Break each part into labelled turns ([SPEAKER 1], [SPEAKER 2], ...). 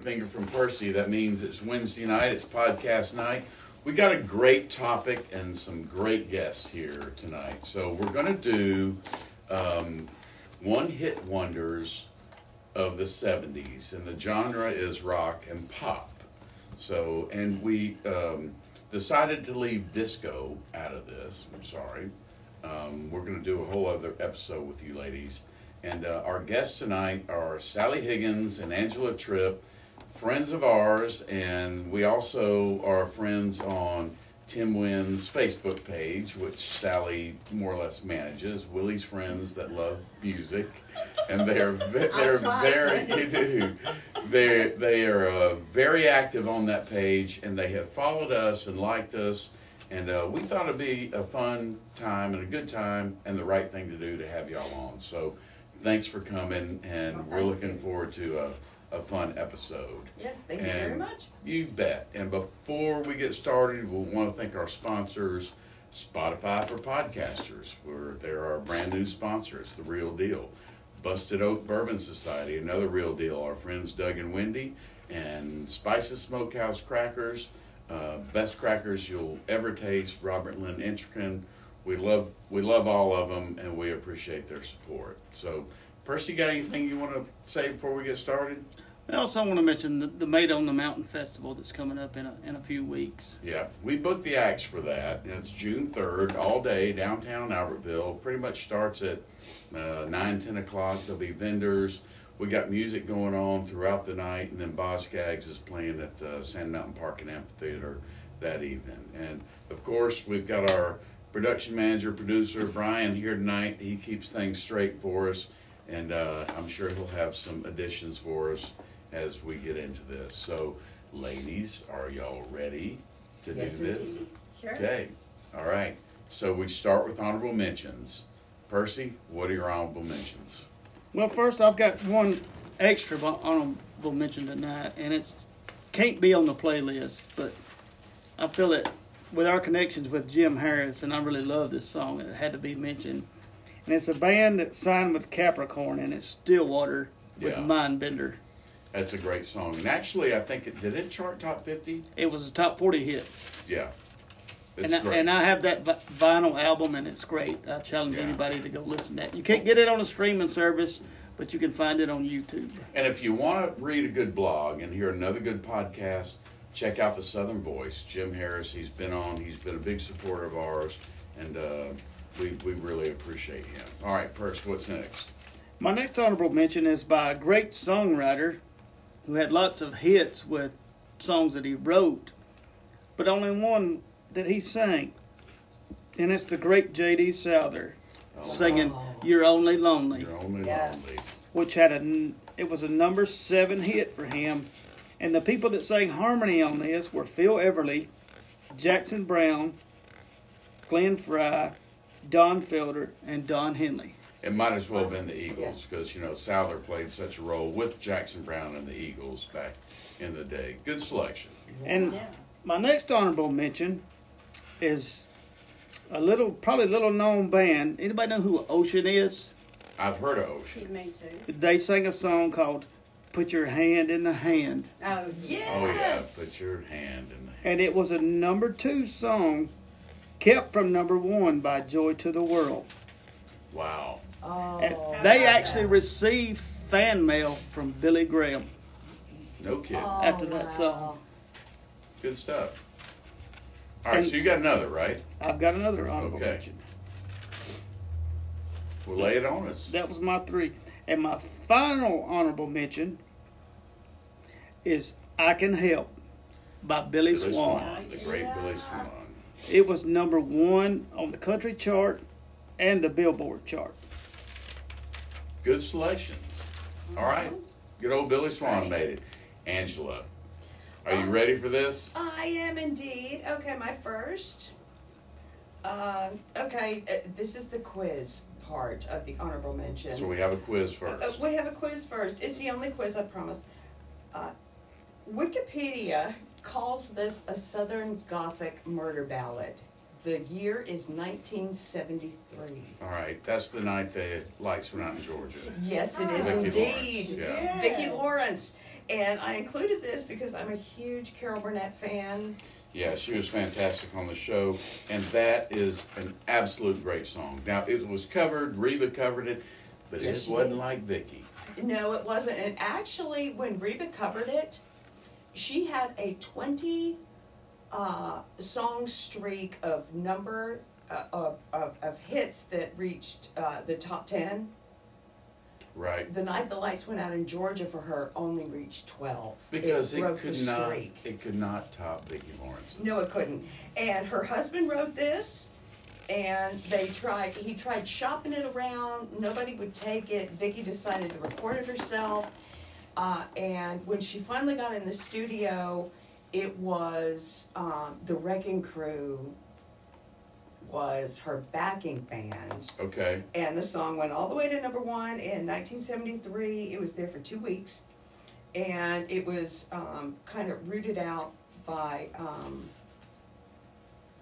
[SPEAKER 1] finger from Percy. That means it's Wednesday night, it's podcast night. We got a great topic and some great guests here tonight. So we're going to do um, one hit wonders of the 70s, and the genre is rock and pop. So, and we um, decided to leave disco out of this. I'm sorry. Um, we're going to do a whole other episode with you ladies. And uh, our guests tonight are Sally Higgins and Angela Tripp, friends of ours, and we also are friends on Tim Wynn's Facebook page, which Sally more or less manages. Willie's friends that love music, and they are ve- they're
[SPEAKER 2] try.
[SPEAKER 1] very you do. They they are uh, very active on that page, and they have followed us and liked us. And uh, we thought it'd be a fun time and a good time and the right thing to do to have y'all on. So thanks for coming, and
[SPEAKER 2] Well,
[SPEAKER 1] we're
[SPEAKER 2] thank
[SPEAKER 1] looking forward to a, a fun episode.
[SPEAKER 2] Yes, thank you very
[SPEAKER 1] And
[SPEAKER 2] much.
[SPEAKER 1] You bet. And before we get started, we want to thank our sponsors, Spotify for Podcasters. We're, they're our brand new sponsor. It's the real deal. Busted Oak Bourbon Society, another real deal. Our friends Doug and Wendy, and Spices Smokehouse Crackers, uh, best crackers you'll ever taste. Robert Lynn Intrican. We love we love all of them, and we appreciate their support. So, Percy, got anything you want to say before we get started?
[SPEAKER 3] I also want to mention the, the Made on the Mountain Festival that's coming up in a, in a few weeks.
[SPEAKER 1] Yeah, we booked the acts for that, and it's June third, all day downtown Albertville. Pretty much starts at uh, nine, ten o'clock. There'll be vendors. We got music going on throughout the night, and then Boscags is playing at uh, Sand Mountain Park and Amphitheater that evening. And of course, we've got our production manager, producer Brian here tonight. He keeps things straight for us, and uh, I'm sure he'll have some additions for us as we get into this. So, ladies, are y'all ready to
[SPEAKER 2] Yes,
[SPEAKER 1] do this?
[SPEAKER 2] indeed. Sure.
[SPEAKER 1] Okay, all right. So we start with honorable mentions. Percy, what are your honorable mentions?
[SPEAKER 3] Well, first, I've got one extra bu- honorable mention tonight, and it's can't be on the playlist, but I feel it with our connections with Jim Harris, and I really love this song. It had to be mentioned. And it's a band that signed with Capricorn, and it's Stillwater with
[SPEAKER 1] Yeah.
[SPEAKER 3] Mindbender.
[SPEAKER 1] That's a great song, and actually, I think it did it chart top fifty.
[SPEAKER 3] It was a top 40 hit.
[SPEAKER 1] Yeah, it's
[SPEAKER 3] And I,
[SPEAKER 1] great.
[SPEAKER 3] and I have that vi- vinyl album, and it's great. I challenge
[SPEAKER 1] Yeah.
[SPEAKER 3] anybody to go listen to that. You can't get it on a streaming service, but you can find it on YouTube.
[SPEAKER 1] And if you want to read a good blog and hear another good podcast, check out the Southern Voice. Jim Harris, he's been on. He's been a big supporter of ours, and uh, we we really appreciate him. All right, Percy, what's next?
[SPEAKER 3] My next honorable mention is by a great songwriter who had lots of hits with songs that he wrote, but only one that he sang, and it's the great J.D. Souther singing "You're Only Lonely."
[SPEAKER 1] Oh, You're only
[SPEAKER 2] Yes.
[SPEAKER 3] which had a n- it was a number seven hit for him, and the people that sang harmony on this were Phil Everly, Jackson Brown, Glenn Fry, Don Felder, and Don Henley.
[SPEAKER 1] It might as well have been the Eagles because you know Souther played such a role with Jackson Brown and the Eagles back in the day. Good selection.
[SPEAKER 3] And
[SPEAKER 2] Yeah.
[SPEAKER 3] my next honorable mention is a little, probably little known band. Anybody know who Ocean is?
[SPEAKER 1] I've heard of Ocean.
[SPEAKER 2] She made too.
[SPEAKER 3] They sang a song called "Put Your Hand in the Hand."
[SPEAKER 2] Oh
[SPEAKER 1] Oh yeah,
[SPEAKER 2] yes.
[SPEAKER 1] put your hand in the.
[SPEAKER 3] and it was a number two song kept from number one by joy to the world
[SPEAKER 1] Wow.
[SPEAKER 3] And
[SPEAKER 2] oh,
[SPEAKER 3] they actually received fan mail from billy graham
[SPEAKER 1] No kidding.
[SPEAKER 2] Oh,
[SPEAKER 3] after that
[SPEAKER 2] wow.
[SPEAKER 3] song
[SPEAKER 1] Good stuff. All right,
[SPEAKER 3] And-
[SPEAKER 1] so you got another right?
[SPEAKER 3] i've got another honorable
[SPEAKER 1] Okay.
[SPEAKER 3] mention
[SPEAKER 1] Well, lay it on us.
[SPEAKER 3] that was my three and my final honorable mention is i can help by billy,
[SPEAKER 1] Billy
[SPEAKER 3] swan.
[SPEAKER 1] Swan, the great Billy Swan.
[SPEAKER 3] it was number one on the country chart and the billboard chart
[SPEAKER 1] Good selections. All right. Good old Billy Swan made it. Angela, are
[SPEAKER 2] Um,
[SPEAKER 1] you ready for this?
[SPEAKER 2] I am indeed. Okay, my first. Um, okay, uh, this is the quiz part of the honorable mention.
[SPEAKER 1] So we have a quiz
[SPEAKER 2] Uh,
[SPEAKER 1] first.
[SPEAKER 2] we have a quiz first. It's the only quiz I promise. Uh, Wikipedia calls this a Southern Gothic murder ballad. The year is 1973.
[SPEAKER 1] All right, that's the night the lights went out in Georgia.
[SPEAKER 2] Yes, it is
[SPEAKER 1] Vicki Lawrence,
[SPEAKER 2] indeed.
[SPEAKER 1] yeah.
[SPEAKER 2] Vicki Lawrence. And I included this because I'm a huge Carol Burnett fan.
[SPEAKER 1] Yeah, she was fantastic on the show, and that is an absolute great song. Now it was covered, Reba covered it, but
[SPEAKER 2] Yes,
[SPEAKER 1] it
[SPEAKER 2] she
[SPEAKER 1] wasn't
[SPEAKER 2] did.
[SPEAKER 1] like Vicky.
[SPEAKER 2] No, it wasn't. And actually, when Reba covered it, she had a 20 uh, song streak of number uh, of, of, of hits that reached uh, the top 10.
[SPEAKER 1] Right.
[SPEAKER 2] The night the lights went out in Georgia for her only reached 12.
[SPEAKER 1] Because it,
[SPEAKER 2] broke the
[SPEAKER 1] could not
[SPEAKER 2] streak.
[SPEAKER 1] it could not top Vicky Lawrence's.
[SPEAKER 2] No, it couldn't. And her husband wrote this, and they tried. He tried shopping it around. Nobody would take it. Vicky decided to record it herself. Uh, and when she finally got in the studio, it was um, the Wrecking Crew was her backing band,
[SPEAKER 1] Okay.
[SPEAKER 2] and the song went all the way to number one in 1973. It was there for two weeks, and it was um, kind of rooted out by um,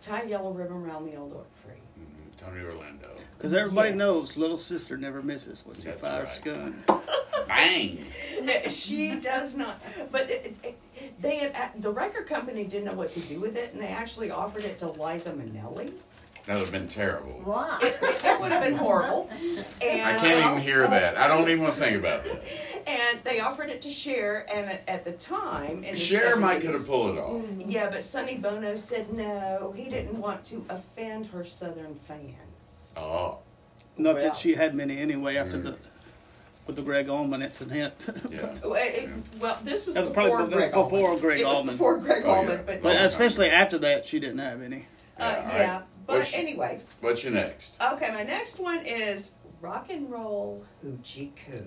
[SPEAKER 2] "Tie a Yellow Ribbon Around the Old Oak Tree."
[SPEAKER 1] Mhm. Tony Orlando.
[SPEAKER 3] Because everybody
[SPEAKER 2] Yes.
[SPEAKER 3] knows little sister never misses when she
[SPEAKER 1] That's
[SPEAKER 3] fires
[SPEAKER 1] right.
[SPEAKER 3] gun.
[SPEAKER 1] Bang! Mm.
[SPEAKER 2] she does not, but it, it, they had, uh, the record company didn't know what to do with it, and they actually offered it to Liza Minnelli.
[SPEAKER 1] That would have been terrible.
[SPEAKER 4] Why?
[SPEAKER 2] It would have been horrible. And
[SPEAKER 1] I can't even hear that. I don't even want to think about that.
[SPEAKER 2] And they offered it to Cher, and at, at the time, in the
[SPEAKER 1] Cher might
[SPEAKER 2] 70s
[SPEAKER 1] could have pulled it off.
[SPEAKER 2] Yeah, but Sonny Bono said no. He didn't want to offend her Southern fans.
[SPEAKER 1] Oh,
[SPEAKER 3] Not
[SPEAKER 2] Well.
[SPEAKER 3] that she had many anyway after the with the Greg Allman incident.
[SPEAKER 1] yeah.
[SPEAKER 2] Well, it- it- Oh, eh, well, this was,
[SPEAKER 3] That was
[SPEAKER 2] before,
[SPEAKER 3] probably
[SPEAKER 2] Greg
[SPEAKER 3] that was
[SPEAKER 2] Allman.
[SPEAKER 3] before Greg
[SPEAKER 2] It was
[SPEAKER 3] Allman.
[SPEAKER 2] before Greg
[SPEAKER 1] Oh, yeah.
[SPEAKER 2] Allman, but,
[SPEAKER 3] but
[SPEAKER 1] Long time.
[SPEAKER 3] especially after that, she didn't have any.
[SPEAKER 2] uh,
[SPEAKER 1] Yeah,
[SPEAKER 2] yeah.
[SPEAKER 1] alright.
[SPEAKER 2] But
[SPEAKER 1] Which-
[SPEAKER 2] anyway,
[SPEAKER 1] What's your next?
[SPEAKER 2] okay. My next one is rock and roll hoochie coo.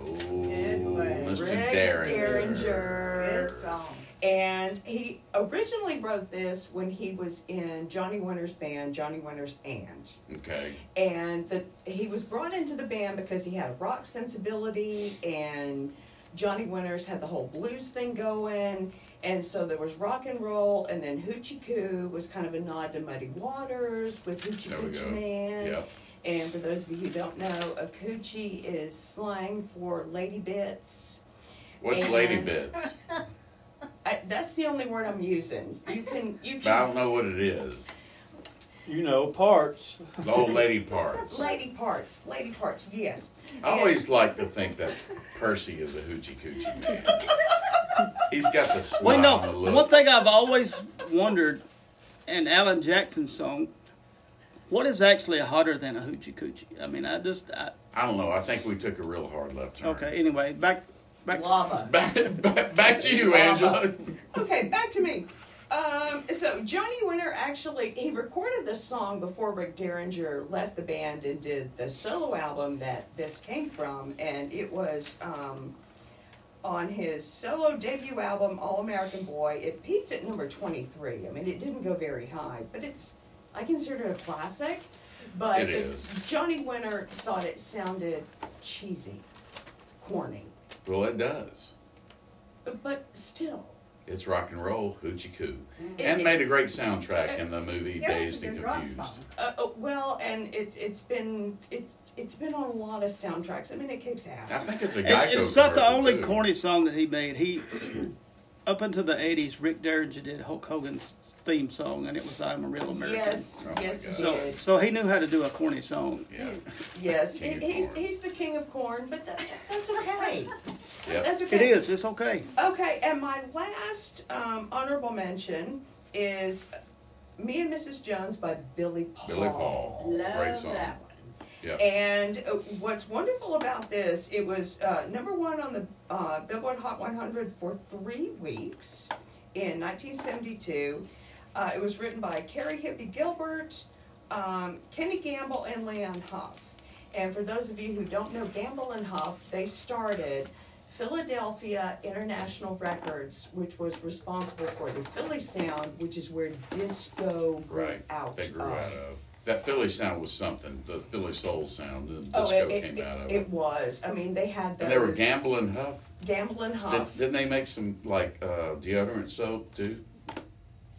[SPEAKER 1] Oh,
[SPEAKER 4] one.
[SPEAKER 1] Mr.
[SPEAKER 2] Rick
[SPEAKER 4] Good
[SPEAKER 2] Derringer.
[SPEAKER 4] song.
[SPEAKER 2] And he originally wrote this when he was in Johnny Winter's band, Johnny Winter's and.
[SPEAKER 1] Okay.
[SPEAKER 2] and the, he was brought into the band because he had a rock sensibility and johnny winters had the whole blues thing going and so there was rock and roll and then hoochie coo was kind of a nod to muddy waters with hoochie
[SPEAKER 1] There we go.
[SPEAKER 2] coochie man
[SPEAKER 1] Yep.
[SPEAKER 2] and for those of you who don't know a coochie is slang for lady bits
[SPEAKER 1] What's
[SPEAKER 2] And-
[SPEAKER 1] Lady Bits?
[SPEAKER 2] I, that's the only word i'm using you can you
[SPEAKER 1] But I don't
[SPEAKER 2] can
[SPEAKER 1] know what it is.
[SPEAKER 5] You know, parts.
[SPEAKER 1] The old lady parts.
[SPEAKER 2] lady parts lady parts yes
[SPEAKER 1] I always like to think that Percy is a hoochie coochie man. He's got the smile
[SPEAKER 3] Well,
[SPEAKER 1] and the
[SPEAKER 3] no.
[SPEAKER 1] look.
[SPEAKER 3] One thing I've always wondered, in Alan Jackson's song, what is actually hotter than a hoochie coochie? I mean, I just I,
[SPEAKER 1] I don't know. I think we took a real hard left turn.
[SPEAKER 3] okay. Anyway, back back.
[SPEAKER 2] lava
[SPEAKER 1] Back, back, back to you, Angela.
[SPEAKER 2] Okay, back to me. Um, so Johnny Winter actually he recorded this song before Rick Derringer left the band and did the solo album that this came from, and it was um, on his solo debut album All American Boy. It peaked at number twenty three. I mean, it didn't go very high, but it's I consider it a classic. But
[SPEAKER 1] It is.
[SPEAKER 2] Johnny Winter thought it sounded cheesy, corny,
[SPEAKER 1] Well, it does.
[SPEAKER 2] but still.
[SPEAKER 1] It's rock and roll, hoochie coo,
[SPEAKER 2] it-
[SPEAKER 1] and
[SPEAKER 2] it-
[SPEAKER 1] made a great soundtrack in the movie
[SPEAKER 4] Yeah, it's a
[SPEAKER 1] Dazed and
[SPEAKER 4] good rock
[SPEAKER 1] Confused.
[SPEAKER 4] song.
[SPEAKER 2] Uh, uh, well, and it, it's been it's it's been on a lot of soundtracks. I mean, it kicks
[SPEAKER 1] I
[SPEAKER 2] ass.
[SPEAKER 1] think it's a
[SPEAKER 3] And
[SPEAKER 1] Geico.
[SPEAKER 3] it's not the
[SPEAKER 1] commercial,
[SPEAKER 3] only
[SPEAKER 1] too.
[SPEAKER 3] corny song that he made. He up until the '80s, Rick Derringer did Hulk Hogan's theme song, and it was "I'm a Real American."
[SPEAKER 2] Yes,
[SPEAKER 1] Oh my
[SPEAKER 2] yes, he
[SPEAKER 1] God.
[SPEAKER 3] So,
[SPEAKER 2] did.
[SPEAKER 3] so he knew how to do a corny song.
[SPEAKER 1] Yeah.
[SPEAKER 2] Yes, he,
[SPEAKER 1] King of
[SPEAKER 2] he's,
[SPEAKER 1] corn.
[SPEAKER 2] he's the king of corn, but that, that's okay.
[SPEAKER 1] Yep.
[SPEAKER 2] That's okay.
[SPEAKER 3] It is. It's okay.
[SPEAKER 2] Okay, and my last um, honorable mention is "Me and Mrs. Jones" by Billy Paul.
[SPEAKER 1] Billy Paul. Great
[SPEAKER 4] Love
[SPEAKER 1] song.
[SPEAKER 4] that one.
[SPEAKER 1] Yep.
[SPEAKER 2] And uh, what's wonderful about this, it was uh, number one on the uh, Billboard Hot 100 for three weeks in 1972. Uh, it was written by Carrie Hippie Gilbert, um, Kenny Gamble, and Leon Huff. And for those of you who don't know Gamble and Huff, they started Philadelphia International Records, which was responsible for the Philly sound, which is where disco grew
[SPEAKER 1] Right.
[SPEAKER 2] out
[SPEAKER 1] They grew
[SPEAKER 2] of.
[SPEAKER 1] out of that Philly sound was something. The Philly soul sound. The disco
[SPEAKER 2] Oh, it, it,
[SPEAKER 1] came
[SPEAKER 2] it-
[SPEAKER 1] out of
[SPEAKER 2] it was. I mean, they had those.
[SPEAKER 1] And they were gambling huff.
[SPEAKER 2] Gambling
[SPEAKER 1] Did,
[SPEAKER 2] Huff.
[SPEAKER 1] didn't they make some like uh, deodorant soap too?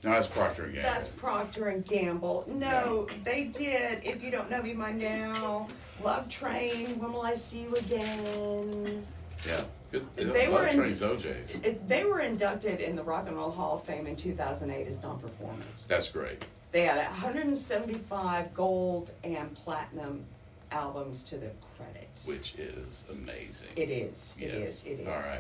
[SPEAKER 1] No, that's Procter and Gamble.
[SPEAKER 2] That's Procter and Gamble. No, they did. If you don't know me by now, Love Train. When will I see you again?
[SPEAKER 1] Yeah. Good.
[SPEAKER 2] They
[SPEAKER 1] They
[SPEAKER 2] were
[SPEAKER 1] were
[SPEAKER 2] in-
[SPEAKER 1] trains OJ's.
[SPEAKER 2] It, they were inducted in the Rock and Roll Hall of Fame in 2008 as non-performers.
[SPEAKER 1] That's great.
[SPEAKER 2] They had 175 gold and platinum albums to their credit.
[SPEAKER 1] Which is amazing.
[SPEAKER 2] It is. It
[SPEAKER 1] Yes.
[SPEAKER 2] is. It is.
[SPEAKER 1] All right.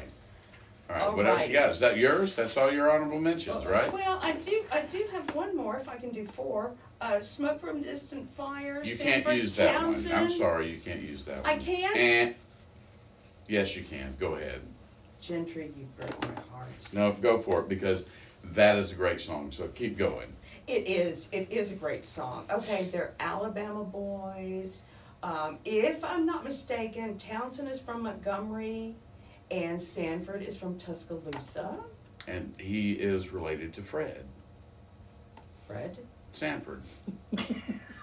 [SPEAKER 1] All right.
[SPEAKER 2] All
[SPEAKER 1] what else
[SPEAKER 2] right.
[SPEAKER 1] you got? Is that yours? That's all your honorable mentions, right?
[SPEAKER 2] Well, I do. I do have one more. If I can do four. Uh, Smoke from Distant Fire.
[SPEAKER 1] You
[SPEAKER 2] Sanford
[SPEAKER 1] can't use that
[SPEAKER 2] Townsend.
[SPEAKER 1] one. I'm sorry, you can't use that one.
[SPEAKER 2] I can't?
[SPEAKER 1] Eh. Yes, you can. Go ahead.
[SPEAKER 2] Gentry, you broke my heart.
[SPEAKER 1] No, go for it because that is a great song. So keep going.
[SPEAKER 2] It is. It is a great song. Okay, they're Alabama boys. Um, if I'm not mistaken, Townsend is from Montgomery, and Sanford is from Tuscaloosa.
[SPEAKER 1] And he is related to Fred
[SPEAKER 2] Fred.
[SPEAKER 1] Sanford.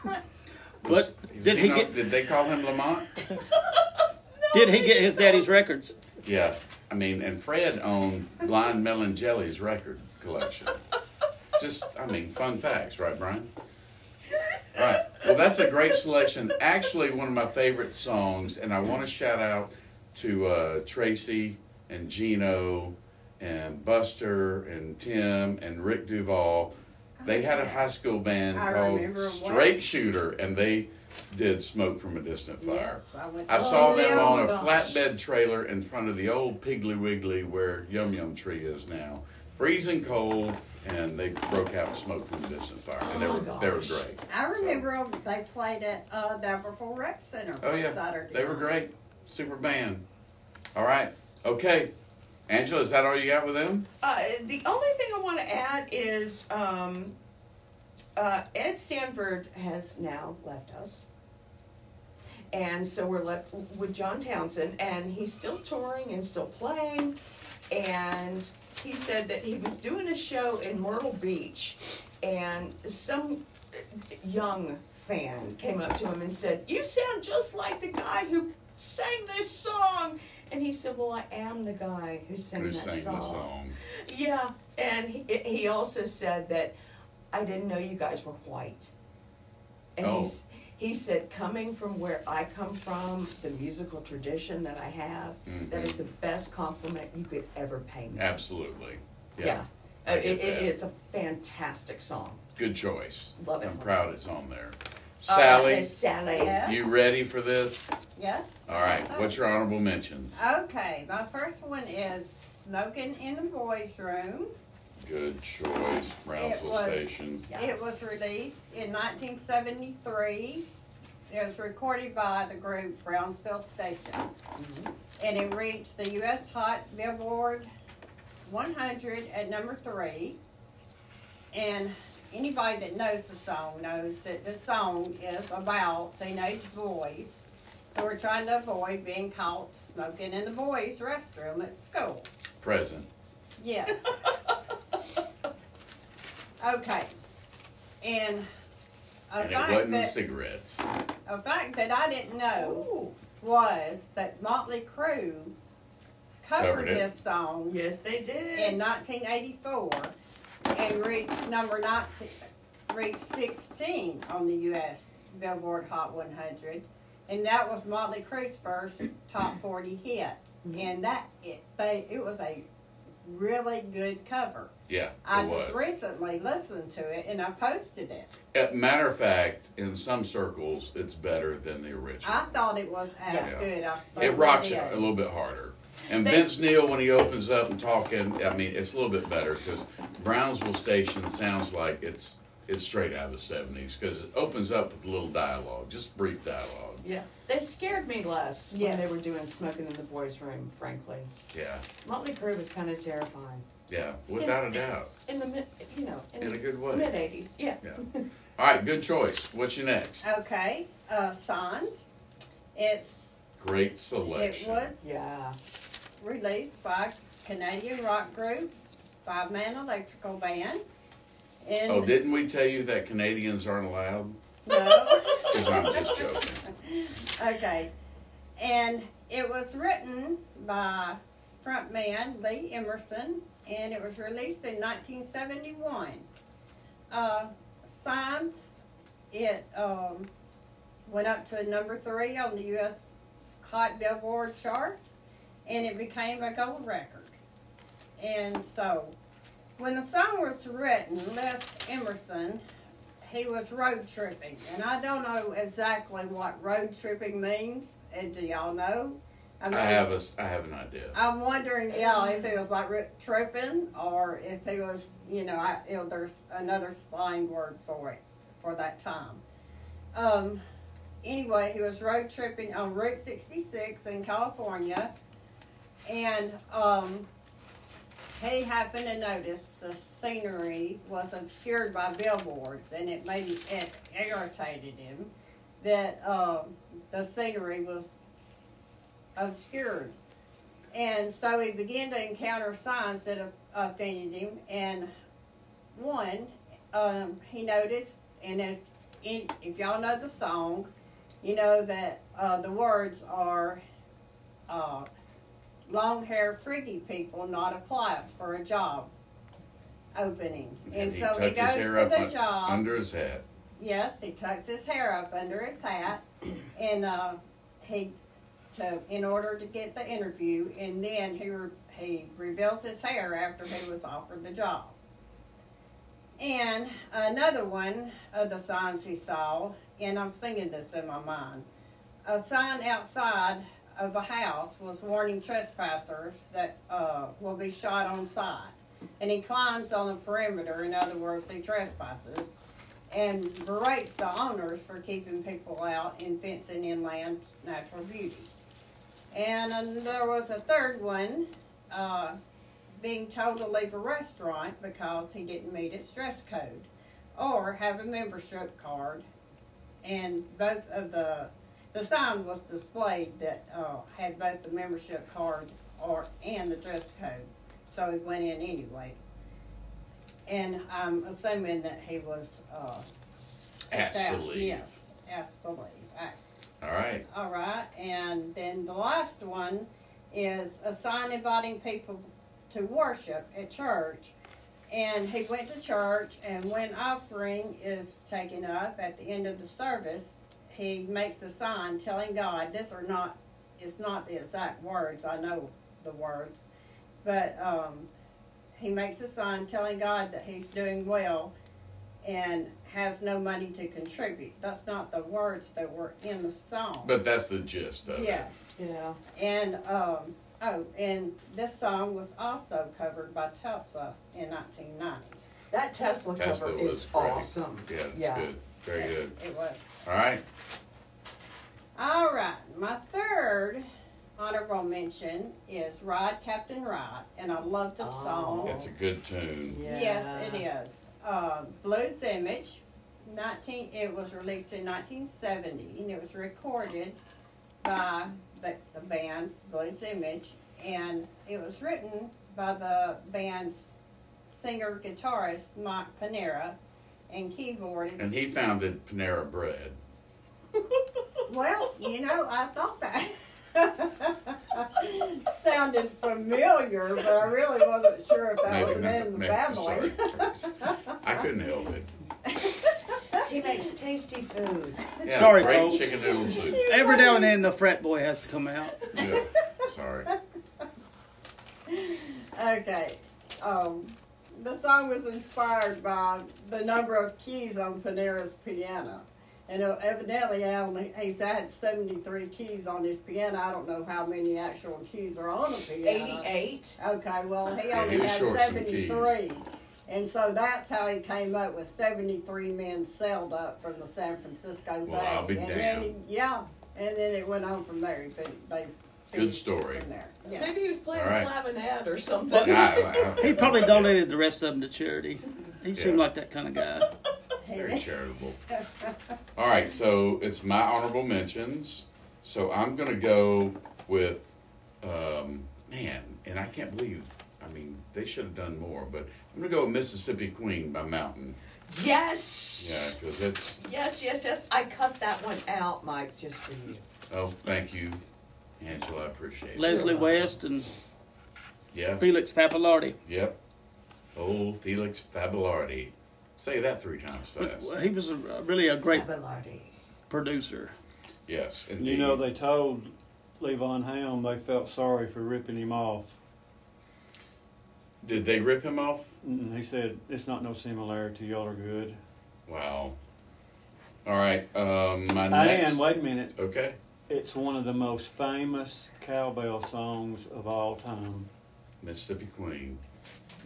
[SPEAKER 3] But
[SPEAKER 1] Was
[SPEAKER 3] did he
[SPEAKER 1] not-
[SPEAKER 3] get-
[SPEAKER 1] Did they call him Lamont?
[SPEAKER 3] Did he get his daddy's records?
[SPEAKER 1] Yeah, I mean, and Fred owned Blind Melon Jelly's record collection. Just, I mean, fun facts, right, Brian? All right. Well, that's a great selection. Actually, one of my favorite songs, and I want to shout out to uh, Tracy and Gino and Buster and Tim and Rick Duvall. They had a high school band
[SPEAKER 4] I
[SPEAKER 1] called
[SPEAKER 4] remember one.
[SPEAKER 1] Straight Shooter, and they did "Smoke from a Distant Fire."
[SPEAKER 4] Yes, I went
[SPEAKER 1] I
[SPEAKER 4] to-
[SPEAKER 1] saw
[SPEAKER 4] Oh,
[SPEAKER 1] them
[SPEAKER 4] yeah.
[SPEAKER 1] on a
[SPEAKER 2] gosh.
[SPEAKER 1] flatbed trailer in front of the old Piggly Wiggly where Yum Yum Tree is now. Freezing cold, and they broke out in smoke from the distant fire, and they
[SPEAKER 2] Oh,
[SPEAKER 1] were they were
[SPEAKER 2] gosh.
[SPEAKER 1] great.
[SPEAKER 4] I remember um, they played at uh, the Aberfoyle Rec Center
[SPEAKER 1] Oh
[SPEAKER 4] on
[SPEAKER 1] yeah,
[SPEAKER 4] Saturday.
[SPEAKER 1] they were
[SPEAKER 4] night.
[SPEAKER 1] great, super band. All right, okay, Angela, is that all you got with them?
[SPEAKER 2] Uh, the only thing I want to add is um, uh, Ed Sanford has now left us. And so we're left with John Townsend, and he's still touring and still playing. And he said that he was doing a show in Myrtle Beach, and some uh, young fan came up to him and said, You sound just like the guy who sang this song. And he said, Well, I am the guy who sang,
[SPEAKER 1] Who
[SPEAKER 2] that
[SPEAKER 1] sang the song?
[SPEAKER 2] yeah, and he, he also said that I didn't know you guys were white. And
[SPEAKER 1] Oh.
[SPEAKER 2] he's, he said, coming from where I come from, the musical tradition that I have, that
[SPEAKER 1] Mm-hmm.
[SPEAKER 2] is the best compliment you could ever pay me.
[SPEAKER 1] Absolutely. Yeah.
[SPEAKER 2] Uh,
[SPEAKER 1] I
[SPEAKER 2] it,
[SPEAKER 1] get
[SPEAKER 2] it
[SPEAKER 1] that.
[SPEAKER 2] is a fantastic song.
[SPEAKER 1] Good choice.
[SPEAKER 2] Love it.
[SPEAKER 1] I'm proud it's on there.
[SPEAKER 2] Uh,
[SPEAKER 1] Sally,
[SPEAKER 2] Sally.
[SPEAKER 4] Yeah.
[SPEAKER 1] you ready for this?
[SPEAKER 4] Yes.
[SPEAKER 1] All right. What's your honorable mentions?
[SPEAKER 4] Okay, my first one is smoking in the boys' room.
[SPEAKER 1] Good choice, Brownsville
[SPEAKER 4] was-
[SPEAKER 1] Station.
[SPEAKER 4] It was released in 1973. It was recorded by the group Brownsville Station. And it reached the U.S. Hot Billboard 100 at number three. And anybody that knows the song knows that the song is about teenage boys who are trying to avoid being caught smoking in the boys' restroom at school.
[SPEAKER 1] Present.
[SPEAKER 4] Yes. okay. And a
[SPEAKER 1] And it
[SPEAKER 4] fact,
[SPEAKER 1] wasn't the
[SPEAKER 4] that,
[SPEAKER 1] cigarettes.
[SPEAKER 4] a fact that I didn't know
[SPEAKER 2] Ooh.
[SPEAKER 4] was that Motley Crue
[SPEAKER 1] Covered
[SPEAKER 4] covered
[SPEAKER 1] it.
[SPEAKER 4] this song
[SPEAKER 2] Yes, they did.
[SPEAKER 4] in 1984 and reached number 19, reached 16 on the U.S. Billboard Hot 100, and that was Motley Crue's first top 40 hit. And that it they it was a really good cover.
[SPEAKER 1] Yeah, it
[SPEAKER 4] I
[SPEAKER 1] was.
[SPEAKER 4] just recently listened to it and I posted it.
[SPEAKER 1] Uh, matter of fact, in some circles, it's better than the original.
[SPEAKER 4] I thought it was as
[SPEAKER 1] Yeah.
[SPEAKER 4] good. I
[SPEAKER 1] it
[SPEAKER 4] certainly
[SPEAKER 1] rocks it
[SPEAKER 4] did.
[SPEAKER 1] a little bit harder. And
[SPEAKER 2] They-
[SPEAKER 1] Vince Neil, when he opens up and talking, I mean, it's a little bit better because Brownsville Station sounds like it's it's straight out of the '70s because it opens up with a little dialogue, just brief dialogue.
[SPEAKER 2] yeah, they scared me less
[SPEAKER 4] Yes.
[SPEAKER 2] when they were doing smoking in the boys' room. Frankly,
[SPEAKER 1] Yeah,
[SPEAKER 2] Motley Crue was kind of terrifying.
[SPEAKER 1] yeah, without a doubt,
[SPEAKER 2] In the mid, you know, in,
[SPEAKER 1] in a
[SPEAKER 2] the
[SPEAKER 1] good way.
[SPEAKER 2] mid eighties, yeah.
[SPEAKER 1] Yeah. All right, good choice. What's your next?
[SPEAKER 4] Okay, uh, Signs. It's
[SPEAKER 1] Great
[SPEAKER 4] it
[SPEAKER 1] selection.
[SPEAKER 4] was
[SPEAKER 2] Yeah.
[SPEAKER 4] released by Canadian rock group Five Man Electrical Band. And
[SPEAKER 1] Oh, didn't we tell you that Canadians aren't allowed?
[SPEAKER 4] no.
[SPEAKER 1] 'Cause I'm just joking.
[SPEAKER 4] Okay. And it was written by frontman Lee Emerson, and it was released in 1971. Uh, Signs, it um, went up to number three on the U.S. Hot Billboard chart, and it became a gold record. And so, when the song was written, Les Emerson, he was road tripping, and I don't know exactly what road tripping means. And do y'all know? mean,
[SPEAKER 1] I have a, s- I have an idea.
[SPEAKER 4] I'm wondering, yeah, if it was like ri- tripping or if it was, you know, I, you know, there's another slang word for it for that time. Um, anyway, he was road tripping on Route 66 in California, and um, he happened to notice the scenery was obscured by billboards, and it made it irritated him that um, the scenery was obscured. And so he began to encounter signs that of- offended him. And one, um, he noticed, and if, in- if y'all know the song, you know that uh, the words are uh, long hair, freaky people not applied for a job opening. And,
[SPEAKER 1] he
[SPEAKER 4] so he
[SPEAKER 1] tucked his
[SPEAKER 4] goes
[SPEAKER 1] hair
[SPEAKER 4] to
[SPEAKER 1] up
[SPEAKER 4] the
[SPEAKER 1] un-
[SPEAKER 4] job.
[SPEAKER 1] under his hat.
[SPEAKER 4] Yes, he tucks his hair up under his hat, and uh, he to in order to get the interview, and then he re- he reveals his hair after he was offered the job. And another one of the signs he saw, and I'm singing this in my mind. A sign outside of a house was warning trespassers that uh, will be shot on sight. And he climbs on the perimeter, in other words, he trespasses and berates the owners for keeping people out and fencing inland's natural beauty. And then there was a third one, uh, being told to leave a restaurant because he didn't meet its dress code or have a membership card. And both of the, the sign was displayed that uh, had both the membership card or and the dress code. So he went in anyway. And I'm assuming that he was uh, kicked out.
[SPEAKER 1] Absolutely.
[SPEAKER 4] Yes, absolutely. Absolutely.
[SPEAKER 1] All right.
[SPEAKER 4] All right, and then the last one is a sign inviting people to worship at church. And he went to church, and when offering is taken up at the end of the service, he makes a sign telling God, "This are not, it's not the exact words. I know the words, but um, he makes a sign telling God that he's doing well." And has no money to contribute. That's not the words that were in the song.
[SPEAKER 1] But that's the gist of it.
[SPEAKER 4] Yes,
[SPEAKER 2] Yeah.
[SPEAKER 4] and um, oh, and this song was also covered by Tulsa in 1990.
[SPEAKER 2] That Tesla cover
[SPEAKER 1] Tesla was
[SPEAKER 2] is
[SPEAKER 1] great.
[SPEAKER 2] awesome.
[SPEAKER 1] Yeah, it's
[SPEAKER 2] yeah.
[SPEAKER 1] good. Very
[SPEAKER 4] It-
[SPEAKER 1] good.
[SPEAKER 4] It was.
[SPEAKER 1] All right.
[SPEAKER 4] All right, my third honorable mention is "Ride Captain Ride," and I love the
[SPEAKER 2] Oh.
[SPEAKER 4] song.
[SPEAKER 1] That's a good tune.
[SPEAKER 4] Yes, it is. Um, Blues Image, 19, it was released in 1970 and it was recorded by the, the band Blues Image and it was written by the band's singer guitarist Mike Panera and keyboardist.
[SPEAKER 1] And he founded Panera Bread.
[SPEAKER 4] well, you know, I thought that. Sounded familiar, but I really wasn't sure if that
[SPEAKER 1] Maybe
[SPEAKER 4] was an
[SPEAKER 1] not.
[SPEAKER 4] in the
[SPEAKER 1] maybe-
[SPEAKER 4] family.
[SPEAKER 1] sorry. I couldn't help it.
[SPEAKER 2] He makes tasty food.
[SPEAKER 1] Yeah,
[SPEAKER 3] Sorry,
[SPEAKER 1] great
[SPEAKER 3] folks.
[SPEAKER 1] chicken noodle soup.
[SPEAKER 3] Every now and then the frat boy has to come out.
[SPEAKER 1] Yeah, sorry.
[SPEAKER 4] Okay. Um, the song was inspired by the number of keys on Panera's piano. And evidently, I only, he's had 73 keys on his piano. I don't know how many actual keys are on a piano.
[SPEAKER 2] 88.
[SPEAKER 4] Okay, well, he
[SPEAKER 1] Yeah,
[SPEAKER 4] only
[SPEAKER 1] he was
[SPEAKER 4] had
[SPEAKER 1] short some
[SPEAKER 4] 73. And so that's how he came up with 73 men sailed up from the San Francisco
[SPEAKER 1] Well,
[SPEAKER 4] Bay.
[SPEAKER 1] I'll be
[SPEAKER 4] and then
[SPEAKER 1] damned.
[SPEAKER 4] he, yeah, and then it went on from there. He fin- They
[SPEAKER 1] Good
[SPEAKER 4] finished
[SPEAKER 1] story.
[SPEAKER 4] From there. Yes.
[SPEAKER 2] Maybe he was playing
[SPEAKER 1] All right.
[SPEAKER 2] clavinet or
[SPEAKER 1] I-
[SPEAKER 2] something.
[SPEAKER 1] I-
[SPEAKER 3] He probably donated the rest of them to charity. He seemed
[SPEAKER 1] Yeah.
[SPEAKER 3] like that kind of guy.
[SPEAKER 1] Very charitable. All right, so it's my honorable mentions. So I'm gonna go with, um, man, and I can't believe. I mean, they should have done more, but I'm gonna go with Mississippi Queen by Mountain.
[SPEAKER 2] Yes.
[SPEAKER 1] Yeah, because it's.
[SPEAKER 2] Yes, yes, yes. I cut that one out, Mike, just for you.
[SPEAKER 1] Oh, thank you, Angela. I appreciate it.
[SPEAKER 3] Leslie West and
[SPEAKER 1] Yeah.
[SPEAKER 3] Felix Papalardi.
[SPEAKER 1] Yep. Old Felix Fabulardi. Say that three times fast.
[SPEAKER 3] He was a, really a great
[SPEAKER 2] Abelardi.
[SPEAKER 3] producer.
[SPEAKER 1] Yes. Indeed.
[SPEAKER 5] You know, they told Levon Helm, they felt sorry for ripping him off.
[SPEAKER 1] Did they rip him off?
[SPEAKER 5] And he said, It's not no similarity. Y'all are good.
[SPEAKER 1] Wow. All right. Um, my next.
[SPEAKER 5] And wait a minute.
[SPEAKER 1] Okay.
[SPEAKER 5] It's one of the most famous cowbell songs of all time.
[SPEAKER 1] Mississippi Queen.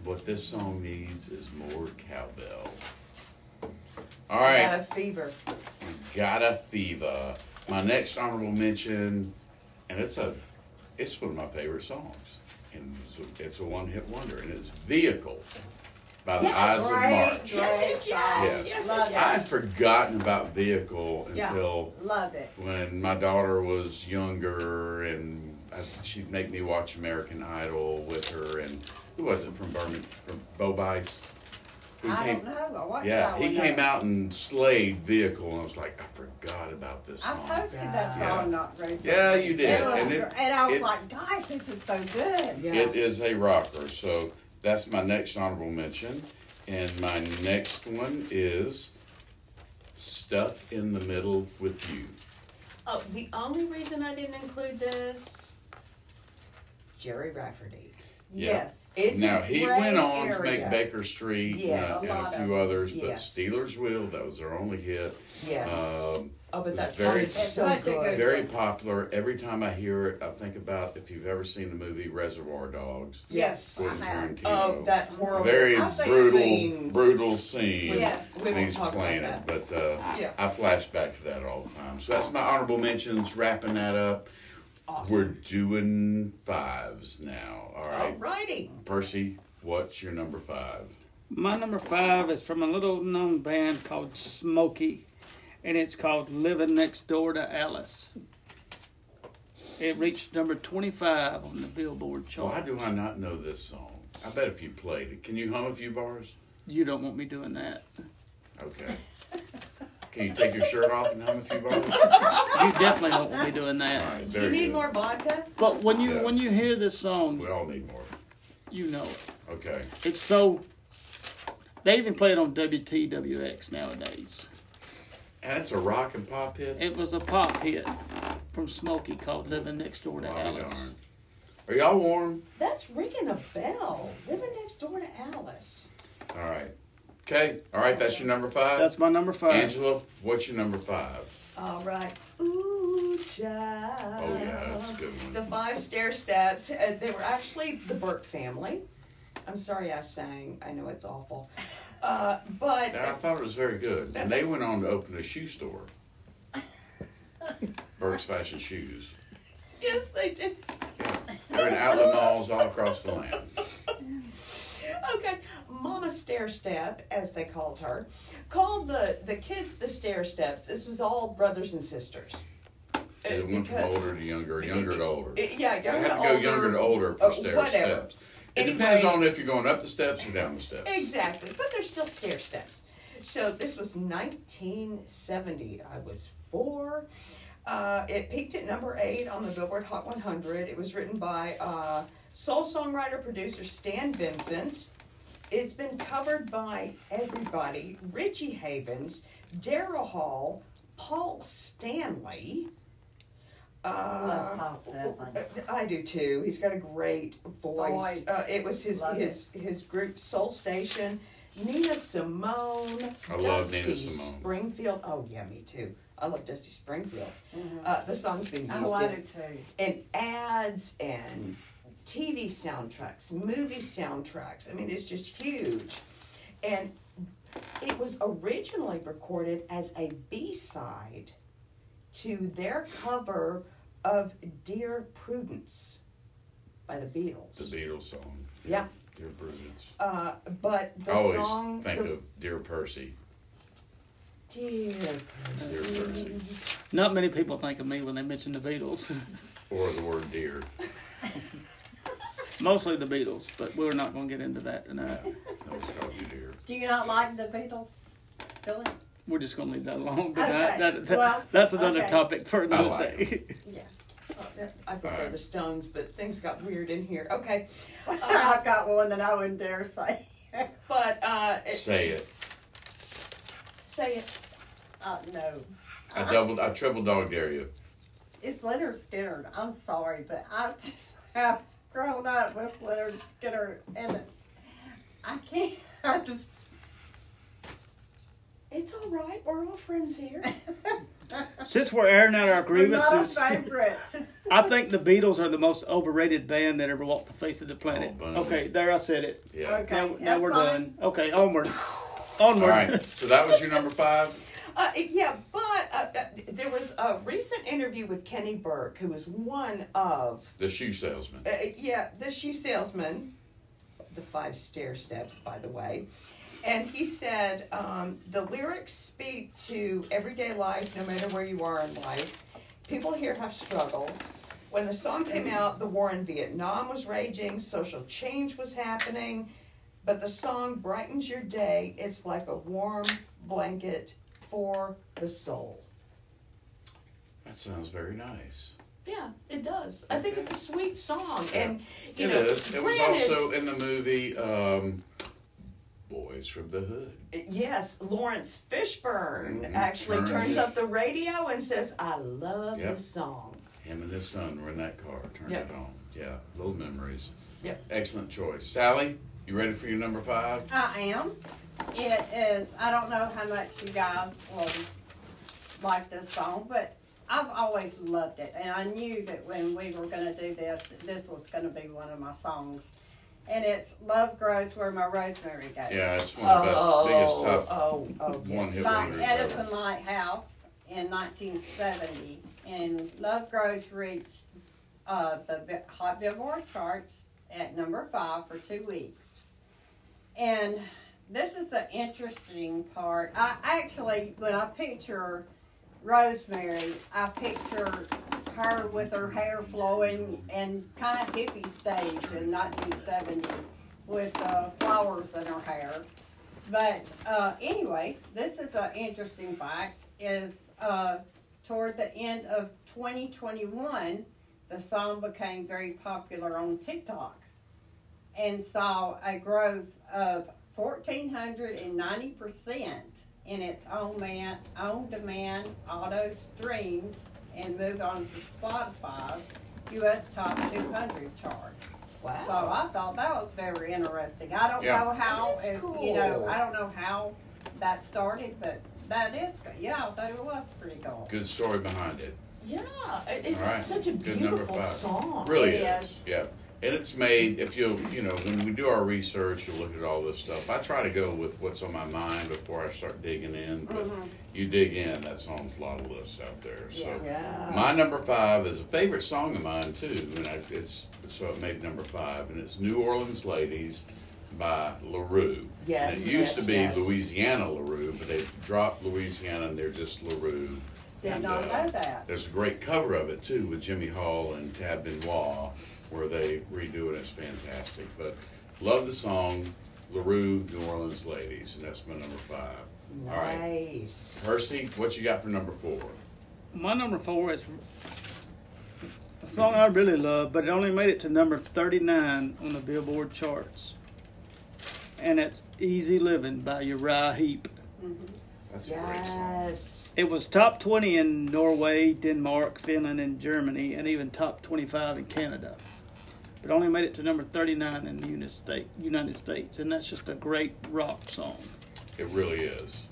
[SPEAKER 1] What this song needs is more cowbell. All
[SPEAKER 2] I
[SPEAKER 1] right.
[SPEAKER 2] Got a fever.
[SPEAKER 1] Got a fever. My next honorable mention, and it's a, it's one of my favorite songs, and it's a, it's a one-hit wonder, and it's "Vehicle" by the
[SPEAKER 2] Yes.
[SPEAKER 1] Eyes
[SPEAKER 4] Great,
[SPEAKER 1] of March.
[SPEAKER 4] great
[SPEAKER 2] Yes, yes, yes,
[SPEAKER 4] song.
[SPEAKER 2] yes,
[SPEAKER 1] I
[SPEAKER 4] Love
[SPEAKER 1] had
[SPEAKER 4] it.
[SPEAKER 1] forgotten about "Vehicle"
[SPEAKER 2] Yeah.
[SPEAKER 1] until
[SPEAKER 4] Love it.
[SPEAKER 1] when my daughter was younger, and I, she'd make me watch American Idol with her, and who was it from Birmingham? From Bo Bice. Who
[SPEAKER 4] I
[SPEAKER 1] came-
[SPEAKER 4] don't know. I watched
[SPEAKER 1] yeah,
[SPEAKER 4] that
[SPEAKER 1] he
[SPEAKER 4] one,
[SPEAKER 1] came
[SPEAKER 4] though.
[SPEAKER 1] out and slayed vehicle, and I was like, I forgot about this
[SPEAKER 4] I
[SPEAKER 1] song.
[SPEAKER 4] posted that
[SPEAKER 1] Yeah.
[SPEAKER 4] song not recently.
[SPEAKER 1] Yeah, you did,
[SPEAKER 4] It was
[SPEAKER 1] and it-
[SPEAKER 4] gr- and I was
[SPEAKER 1] it-
[SPEAKER 4] like, guys, this is so good.
[SPEAKER 2] Yeah.
[SPEAKER 1] It is a rocker, so that's my next honorable mention, and my next one is "Stuck in the Middle with You."
[SPEAKER 2] Oh, the only reason I didn't include this, Jerry Rafferty.
[SPEAKER 1] Yeah.
[SPEAKER 4] Yes.
[SPEAKER 2] It's a
[SPEAKER 1] now he
[SPEAKER 2] great
[SPEAKER 1] went on to
[SPEAKER 2] area.
[SPEAKER 1] make Baker Street
[SPEAKER 2] Yes.
[SPEAKER 1] and,
[SPEAKER 4] A
[SPEAKER 1] a- and
[SPEAKER 4] lot
[SPEAKER 1] a
[SPEAKER 4] of-
[SPEAKER 1] few others, but
[SPEAKER 2] yes.
[SPEAKER 1] Steelers Will that was their only hit.
[SPEAKER 2] Yes.
[SPEAKER 1] Um,
[SPEAKER 2] oh, but
[SPEAKER 1] it's
[SPEAKER 2] that
[SPEAKER 1] very-
[SPEAKER 2] song is
[SPEAKER 1] It's
[SPEAKER 2] so
[SPEAKER 4] such a
[SPEAKER 2] good.
[SPEAKER 4] good-
[SPEAKER 1] very popular. Every time I hear it, I think about if you've ever seen the movie Reservoir Dogs.
[SPEAKER 2] Yes.
[SPEAKER 1] Quentin
[SPEAKER 4] I have.
[SPEAKER 1] Tarantino.
[SPEAKER 2] Oh, that horrible.
[SPEAKER 1] very
[SPEAKER 2] I think
[SPEAKER 1] brutal,
[SPEAKER 2] scene-
[SPEAKER 1] brutal scene.
[SPEAKER 4] Yeah. Yes.
[SPEAKER 2] We
[SPEAKER 1] when
[SPEAKER 2] won't
[SPEAKER 1] he's
[SPEAKER 2] talk about
[SPEAKER 1] playing
[SPEAKER 2] that.
[SPEAKER 1] it, but uh,
[SPEAKER 2] Yeah.
[SPEAKER 1] I flash back to that all the time. So that's my honorable mentions. Wrapping that up, we're
[SPEAKER 2] Awesome.
[SPEAKER 1] doing fives now. All right,
[SPEAKER 2] Alrighty.
[SPEAKER 1] Percy, what's your number five?
[SPEAKER 3] My number five is from a little known band called Smokey, and it's called Living Next Door to Alice. It reached number 25 on the Billboard chart.
[SPEAKER 1] Why do Oh, I not know this song? I bet if you played it, can you hum a few bars?
[SPEAKER 3] You don't want me doing that.
[SPEAKER 1] Okay. Can you take your shirt off and hum a few bars?
[SPEAKER 3] You definitely don't want me doing
[SPEAKER 1] All
[SPEAKER 3] that.
[SPEAKER 1] right,
[SPEAKER 2] Do you
[SPEAKER 1] very
[SPEAKER 2] need
[SPEAKER 1] good.
[SPEAKER 2] more vodka?
[SPEAKER 3] But when you
[SPEAKER 1] Yeah.
[SPEAKER 3] when you hear this song,
[SPEAKER 1] We all need more.
[SPEAKER 3] you know it.
[SPEAKER 1] Okay.
[SPEAKER 3] It's so. They even play it on WTWX nowadays.
[SPEAKER 1] That's a rock and pop hit.
[SPEAKER 3] It was a pop hit from Smokey called "Living Next Door to
[SPEAKER 1] Bobby
[SPEAKER 3] Alice."
[SPEAKER 1] darn. Are y'all warm?
[SPEAKER 2] That's ringing a bell. Living next door to Alice.
[SPEAKER 1] All right. Okay. All right. That's your number five.
[SPEAKER 3] That's my number five.
[SPEAKER 1] Angela. What's your number five?
[SPEAKER 2] All right. Ooh, child.
[SPEAKER 1] Oh yeah, that's a good
[SPEAKER 2] The
[SPEAKER 1] one.
[SPEAKER 2] five stair steps. Uh, they were actually the Burke family. I'm sorry I sang. I know it's awful. Uh, but
[SPEAKER 1] I thought it was very good, and they went on to open a shoe store. Burke's Fashion Shoes.
[SPEAKER 2] yes, they did.
[SPEAKER 1] They're in outlet malls all across the land.
[SPEAKER 2] Okay, Mama Stair Step, as they called her, called the, the kids the Stair Steps. This was all brothers and sisters.
[SPEAKER 1] They
[SPEAKER 2] Uh,
[SPEAKER 1] went from
[SPEAKER 2] because-
[SPEAKER 1] older to younger, younger to older.
[SPEAKER 2] Uh, yeah,
[SPEAKER 1] They
[SPEAKER 2] younger
[SPEAKER 1] had to
[SPEAKER 2] to
[SPEAKER 1] go
[SPEAKER 2] older.
[SPEAKER 1] younger to older
[SPEAKER 2] uh,
[SPEAKER 1] for stair
[SPEAKER 2] whatever.
[SPEAKER 1] steps. It depends
[SPEAKER 2] Anyway.
[SPEAKER 1] on if you're going up the steps or down the steps.
[SPEAKER 2] Exactly, but they're still stair steps. So this was 1970. I was four. Uh, it peaked at number eight on the Billboard Hot 100. It was written by uh, soul songwriter producer Stan Vincent. It's been covered by everybody: Richie Havens, Daryl Hall, Paul Stanley. uh,
[SPEAKER 4] I love Paul Stanley.
[SPEAKER 2] I do too. He's got a great voice.
[SPEAKER 4] Voice.
[SPEAKER 2] Uh, it was his
[SPEAKER 4] Love
[SPEAKER 2] his his group Soul Station. Nina Simone,
[SPEAKER 1] I love
[SPEAKER 2] Dusty
[SPEAKER 1] Nina Simone.
[SPEAKER 2] Springfield. Oh yeah, me too. I love Dusty Springfield. Uh, the song's been used
[SPEAKER 4] Mm-hmm. I love
[SPEAKER 2] in,
[SPEAKER 4] it too.
[SPEAKER 2] in ads and TV soundtracks, movie soundtracks. I mean, it's just huge. And it was originally recorded as a B side to their cover of Dear Prudence by the Beatles.
[SPEAKER 1] The Beatles song.
[SPEAKER 2] Yeah.
[SPEAKER 1] Dear Prudence.
[SPEAKER 2] Uh, but the
[SPEAKER 1] I always
[SPEAKER 2] song.
[SPEAKER 1] think
[SPEAKER 2] the-
[SPEAKER 1] of Dear Percy.
[SPEAKER 2] Dear Prudence.
[SPEAKER 1] Dear Percy.
[SPEAKER 3] Not many people think of me when they mention the Beatles.
[SPEAKER 1] Or the word dear.
[SPEAKER 3] Mostly the Beatles, but we're not going to get into that tonight.
[SPEAKER 1] That was called you dear.
[SPEAKER 4] Do you not like the Beatles, Billy?
[SPEAKER 3] We're just going to leave that alone. But that,
[SPEAKER 4] Okay,
[SPEAKER 3] that, that-
[SPEAKER 4] well,
[SPEAKER 3] that's another
[SPEAKER 4] okay.
[SPEAKER 3] topic for another
[SPEAKER 1] like
[SPEAKER 3] day.
[SPEAKER 4] Yeah.
[SPEAKER 2] I prefer
[SPEAKER 1] Alright.
[SPEAKER 2] the Stones, but things got weird in here. Okay.
[SPEAKER 4] I've got one that I wouldn't dare say.
[SPEAKER 2] But uh, it-
[SPEAKER 1] Say it.
[SPEAKER 2] say it.
[SPEAKER 4] Uh, no.
[SPEAKER 1] I doubled. I triple dog dare you.
[SPEAKER 4] It's Leonard Skinner. I'm sorry, but I just have grown up with Leonard Skinner, and I can't. I just.
[SPEAKER 2] It's all right. We're all friends here.
[SPEAKER 3] Since we're airing out our
[SPEAKER 4] I'm not a
[SPEAKER 3] grievances,
[SPEAKER 4] favorite.
[SPEAKER 3] I think the Beatles are the most overrated band that ever walked the face of the planet.
[SPEAKER 1] Oh, boom.
[SPEAKER 3] okay, there I said it.
[SPEAKER 1] Yeah.
[SPEAKER 4] Okay.
[SPEAKER 3] Now, now
[SPEAKER 4] that's
[SPEAKER 3] we're
[SPEAKER 4] fine.
[SPEAKER 3] done. Okay, onward. Onward.
[SPEAKER 1] All right. So that was your number five.
[SPEAKER 2] Uh, yeah, but uh, uh, there was a recent interview with Kenny Burke, who was one of
[SPEAKER 1] The shoe salesman.
[SPEAKER 2] uh, yeah, the shoe salesman, the five stair steps, by the way. And he said, um, the lyrics speak to everyday life, no matter where you are in life. People here have struggles. When the song came out, the war in Vietnam was raging, social change was happening, but the song brightens your day. It's like a warm blanket for the soul.
[SPEAKER 1] That sounds very nice.
[SPEAKER 2] Yeah, it does. I think it's a sweet song, and
[SPEAKER 1] It
[SPEAKER 2] you
[SPEAKER 1] is.
[SPEAKER 2] know,
[SPEAKER 1] It was
[SPEAKER 2] granted-
[SPEAKER 1] also in the movie um, Boys from the Hood.
[SPEAKER 2] Yes, Lawrence Fishburne
[SPEAKER 1] Mhm,
[SPEAKER 2] actually
[SPEAKER 1] turns
[SPEAKER 2] turns
[SPEAKER 1] it.
[SPEAKER 2] up the radio and says, "I love
[SPEAKER 1] Yep.
[SPEAKER 2] this song."
[SPEAKER 1] Him and his son were in that car. Turned
[SPEAKER 2] Yep.
[SPEAKER 1] it on. Yeah. Little memories.
[SPEAKER 2] Yep.
[SPEAKER 1] Excellent choice. Sally, you ready for your number five?
[SPEAKER 4] I am. It is. I don't know how much you guys will like this song, but I've always loved it, and I knew that when we were going to do this, that this was going to be one of my songs. And it's "Love Grows Where My Rosemary Goes."
[SPEAKER 1] Yeah, it's one of the best, biggest top.
[SPEAKER 2] oh, oh,
[SPEAKER 1] one hit
[SPEAKER 4] by
[SPEAKER 1] wonders.
[SPEAKER 4] Edison Lighthouse in 1970, and Love Grows reached uh, the bi- Hot Billboard charts at number five for two weeks. And this is the interesting part. I actually, when I picture Rosemary, I picture her with her hair flowing and kind of hippie stage in 1970 with uh, flowers in her hair. But uh, anyway, this is an interesting fact. Is uh, toward the end of 2021, the song became very popular on TikTok and saw a growth of 1,490 percent in its own man on-demand auto streams and moved on to Spotify's U.S. Top 200 chart. So
[SPEAKER 2] Wow.
[SPEAKER 4] I thought that was very interesting. I don't
[SPEAKER 1] Yeah.
[SPEAKER 4] know how,
[SPEAKER 2] That is
[SPEAKER 4] if- you
[SPEAKER 2] cool.
[SPEAKER 4] know, I don't know how that started, but that is, go- yeah, I thought it was pretty cool.
[SPEAKER 1] Good story behind it.
[SPEAKER 2] Yeah, it- it's
[SPEAKER 1] All right.
[SPEAKER 2] such a
[SPEAKER 1] Good number
[SPEAKER 2] beautiful
[SPEAKER 1] five.
[SPEAKER 2] song.
[SPEAKER 1] Really
[SPEAKER 4] Yes.
[SPEAKER 1] is. Yeah. And it's made, if you, you know, when we do our research, you look at all this stuff. I try to go with what's on my mind before I start digging in, but you dig in, that song's a lot of lists out there. So
[SPEAKER 2] Mm-hmm. Yeah.
[SPEAKER 1] my number five is a favorite song of mine, too. And I, it's, so it made number five, and it's New Orleans Ladies by LaRue.
[SPEAKER 2] Yes,
[SPEAKER 1] And it used
[SPEAKER 2] yes,
[SPEAKER 1] to be
[SPEAKER 2] yes.
[SPEAKER 1] Louisiana LaRue, but they dropped Louisiana and they're just LaRue.
[SPEAKER 4] Did
[SPEAKER 1] And,
[SPEAKER 4] not
[SPEAKER 1] uh,
[SPEAKER 4] know that.
[SPEAKER 1] there's a great cover of it too with Jimmy Hall and Tab Benoit, where they redo it. It's fantastic. But love the song "Larue New Orleans Ladies," and that's my number five. All right,
[SPEAKER 2] Nice.
[SPEAKER 1] Percy, what you got for number four?
[SPEAKER 3] My number four is a song I really love, but it only made it to number 39 on the Billboard charts. And it's Easy Living by Uriah Heep.
[SPEAKER 1] That's a great song.
[SPEAKER 2] yes.
[SPEAKER 3] It was top 20 in Norway, Denmark, Finland, and Germany, and even top 25 in Canada. But only made it to number 39 in the Uni- State- United States, and that's just a great rock song.
[SPEAKER 1] It really is.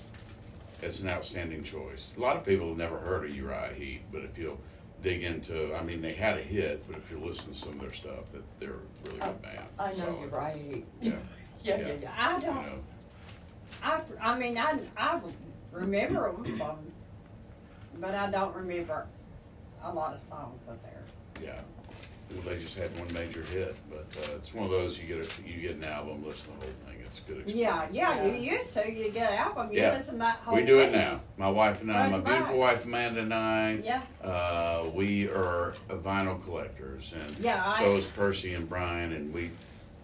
[SPEAKER 1] It's an outstanding choice. A lot of people have never heard of Uriah Heep, but if you'll dig into, I mean, they had a hit, but if you listen to some of their stuff, that they're a really good band.
[SPEAKER 2] Oh, I know
[SPEAKER 1] Solid.
[SPEAKER 2] you're right.
[SPEAKER 1] Yeah,
[SPEAKER 2] Yeah, yeah,
[SPEAKER 1] Yeah.
[SPEAKER 2] yeah.
[SPEAKER 4] I
[SPEAKER 1] you
[SPEAKER 4] don't,
[SPEAKER 1] know.
[SPEAKER 4] I, I mean, I, I remember them, from- but I don't remember a lot of songs of theirs.
[SPEAKER 1] Yeah. Well, they just had one major hit, but uh, it's one of those you get a, you get an album, listen to the whole thing. It's a good. Experience.
[SPEAKER 4] Yeah, yeah, you
[SPEAKER 2] Yeah.
[SPEAKER 4] used to, you get an album, you
[SPEAKER 1] Yeah.
[SPEAKER 4] listen to that whole
[SPEAKER 1] We do it
[SPEAKER 4] thing.
[SPEAKER 1] now. My wife and I, my
[SPEAKER 4] Right,
[SPEAKER 1] beautiful
[SPEAKER 4] right.
[SPEAKER 1] wife Amanda and I,
[SPEAKER 4] Yeah.
[SPEAKER 1] uh, we are vinyl collectors, and
[SPEAKER 4] Yeah, I-
[SPEAKER 1] so is Percy and Brian, and we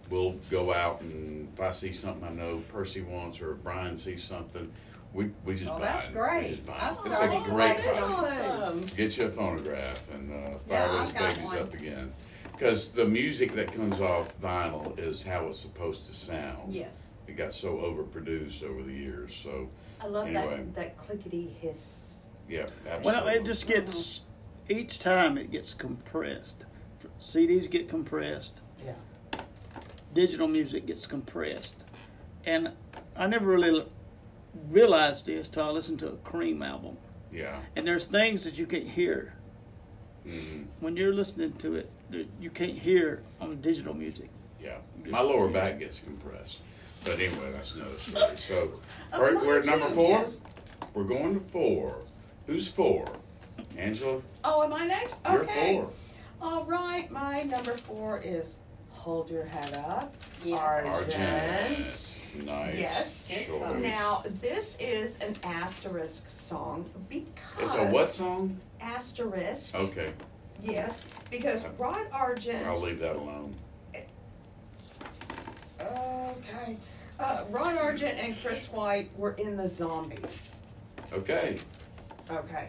[SPEAKER 1] will go out and if I see something I know Percy wants or Brian sees something, we we just
[SPEAKER 4] Oh,
[SPEAKER 1] buy
[SPEAKER 4] that's
[SPEAKER 1] it.
[SPEAKER 4] great.
[SPEAKER 1] We just buy it.
[SPEAKER 4] I'm
[SPEAKER 1] It's
[SPEAKER 4] sorry.
[SPEAKER 1] a great.
[SPEAKER 2] That's
[SPEAKER 1] product.
[SPEAKER 2] awesome.
[SPEAKER 1] Get you a phonograph and uh,
[SPEAKER 4] Yeah,
[SPEAKER 1] fire
[SPEAKER 4] I've
[SPEAKER 1] those
[SPEAKER 4] got
[SPEAKER 1] babies
[SPEAKER 4] one.
[SPEAKER 1] up again. Because the music that comes off vinyl is how it's supposed to sound.
[SPEAKER 4] Yes.
[SPEAKER 1] It got so overproduced over the years. So,
[SPEAKER 2] I love
[SPEAKER 1] Anyway.
[SPEAKER 2] that that clickety hiss.
[SPEAKER 1] yeah, absolutely.
[SPEAKER 3] Well, it just gets each time it gets compressed. CDs get compressed.
[SPEAKER 2] Yeah.
[SPEAKER 3] digital music gets compressed. And I never really realized this till I listened to a Cream album.
[SPEAKER 1] Yeah.
[SPEAKER 3] And there's things that you can't hear
[SPEAKER 1] Mhm.
[SPEAKER 3] when you're listening to it that you can't hear on digital music.
[SPEAKER 1] Yeah. My lower back gets compressed. But anyway, that's another story. So we're,
[SPEAKER 2] mine
[SPEAKER 1] we're at number
[SPEAKER 2] too,
[SPEAKER 1] four.
[SPEAKER 2] yes.
[SPEAKER 1] We're going to four. Who's four? Angela,
[SPEAKER 2] Oh, am I next?
[SPEAKER 1] you're
[SPEAKER 2] Okay.
[SPEAKER 1] four.
[SPEAKER 2] All right, my number four is Hold Your Head Up. Argent.
[SPEAKER 4] Yes.
[SPEAKER 1] Argent. Nice
[SPEAKER 2] Yes.
[SPEAKER 1] choice.
[SPEAKER 2] Now, this is an asterisk song because.
[SPEAKER 1] it's a what song?
[SPEAKER 2] Asterisk.
[SPEAKER 1] Okay,
[SPEAKER 2] Yes, because Rod Argent.
[SPEAKER 1] Oh. I'll leave that alone.
[SPEAKER 2] Okay. Uh, Rod Argent and Chris White were in the Zombies.
[SPEAKER 1] Okay.
[SPEAKER 2] Okay.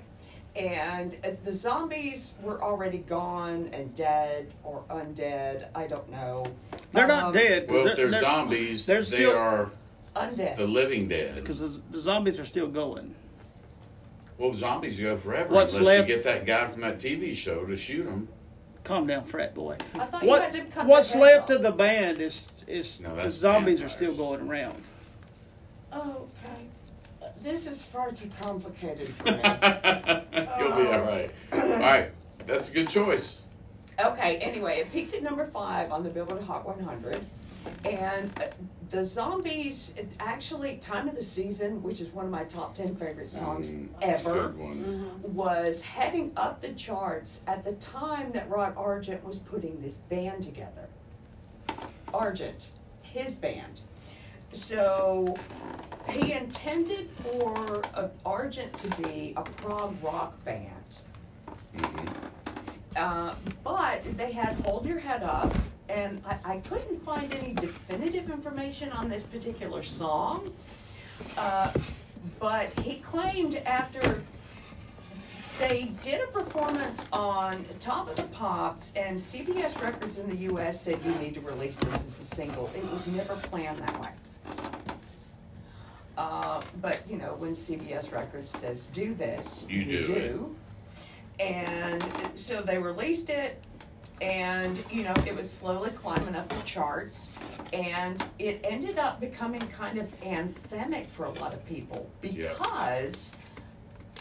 [SPEAKER 2] And uh, the zombies were already gone and dead or undead. I don't know.
[SPEAKER 3] They're
[SPEAKER 2] Um,
[SPEAKER 3] not dead. 'cause
[SPEAKER 1] Well, if they're,
[SPEAKER 3] they're
[SPEAKER 1] zombies,
[SPEAKER 3] they're
[SPEAKER 1] they
[SPEAKER 3] still-
[SPEAKER 1] are
[SPEAKER 2] Undead.
[SPEAKER 1] the living dead.
[SPEAKER 3] Because the, the zombies are still going.
[SPEAKER 1] Well, zombies go forever
[SPEAKER 3] What's
[SPEAKER 1] unless
[SPEAKER 3] left-
[SPEAKER 1] you get that guy from that TV show to shoot him.
[SPEAKER 3] Calm down, frat boy.
[SPEAKER 2] I thought you had
[SPEAKER 3] What,
[SPEAKER 2] to cut
[SPEAKER 3] what's
[SPEAKER 2] their heads
[SPEAKER 3] left
[SPEAKER 2] off.
[SPEAKER 3] of the band is, is
[SPEAKER 1] No,
[SPEAKER 3] the
[SPEAKER 1] that's
[SPEAKER 3] zombies are still
[SPEAKER 1] vampires.
[SPEAKER 3] going around.
[SPEAKER 2] Okay. Uh, This is far too complicated for me.
[SPEAKER 1] You'll be all right. All right, that's a good choice.
[SPEAKER 2] okay, anyway, it peaked at number five on the Billboard Hot 100. And uh, the zombies, it actually, Time of the Season, which is one of my top 10 favorite songs
[SPEAKER 1] Mm,
[SPEAKER 2] ever,
[SPEAKER 1] Good one.
[SPEAKER 4] Mm-hmm.
[SPEAKER 2] was heading up the charts at the time that Rod Argent was putting this band together. Argent, his band. So he intended for uh, Argent to be a prom rock band. Uh, but they had Hold Your Head Up, and I, I couldn't find any definitive information on this particular song. Uh, but he claimed after they did a performance on Top of the Pops, and CBS Records in the U.S. said you need to release this as a single. It was never planned that way. Uh, but you know, when CBS Records says do this,
[SPEAKER 1] You do it.
[SPEAKER 2] And so they released it, and you know, it was slowly climbing up the charts, and it ended up becoming kind of anthemic for a lot of people
[SPEAKER 1] Yeah.
[SPEAKER 2] because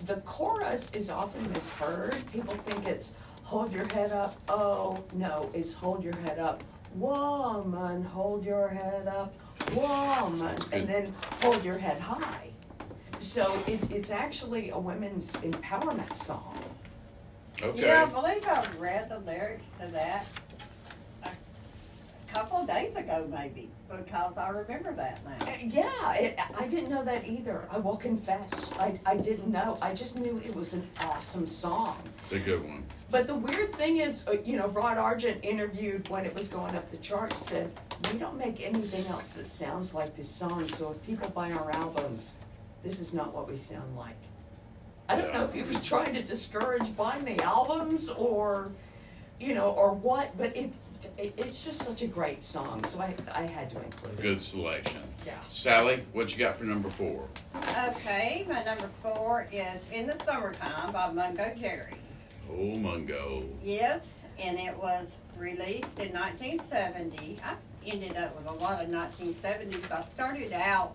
[SPEAKER 2] the chorus is often misheard. People think it's hold your head up, oh no, it's hold your head up, woman, hold your head up, woman, and then hold your head high. So it, it's actually a women's empowerment song.
[SPEAKER 1] Okay.
[SPEAKER 4] Yeah, I believe I read the lyrics to that a a couple of days ago, maybe, because I remember that now.
[SPEAKER 2] Yeah, it, I didn't know that either. I will confess, I, I didn't know. I just knew it was an awesome song.
[SPEAKER 1] It's a good one.
[SPEAKER 2] But the weird thing is, uh, you know, Rod Argent interviewed when it was going up the charts said, "We don't make anything else that sounds like this song. So if people buy our albums, this is not what we sound like." I don't know if he was trying to discourage buying the albums or, you know, or what, but it, it it's just such a great song, so I I had to include it.
[SPEAKER 1] Good selection.
[SPEAKER 2] Yeah.
[SPEAKER 1] Sally, what you got for number four?
[SPEAKER 4] Okay, my number four is In the Summertime by Mungo Jerry.
[SPEAKER 1] Oh, Mungo.
[SPEAKER 4] Yes, and it was released in 1970. I ended up with a lot of 1970s. I started out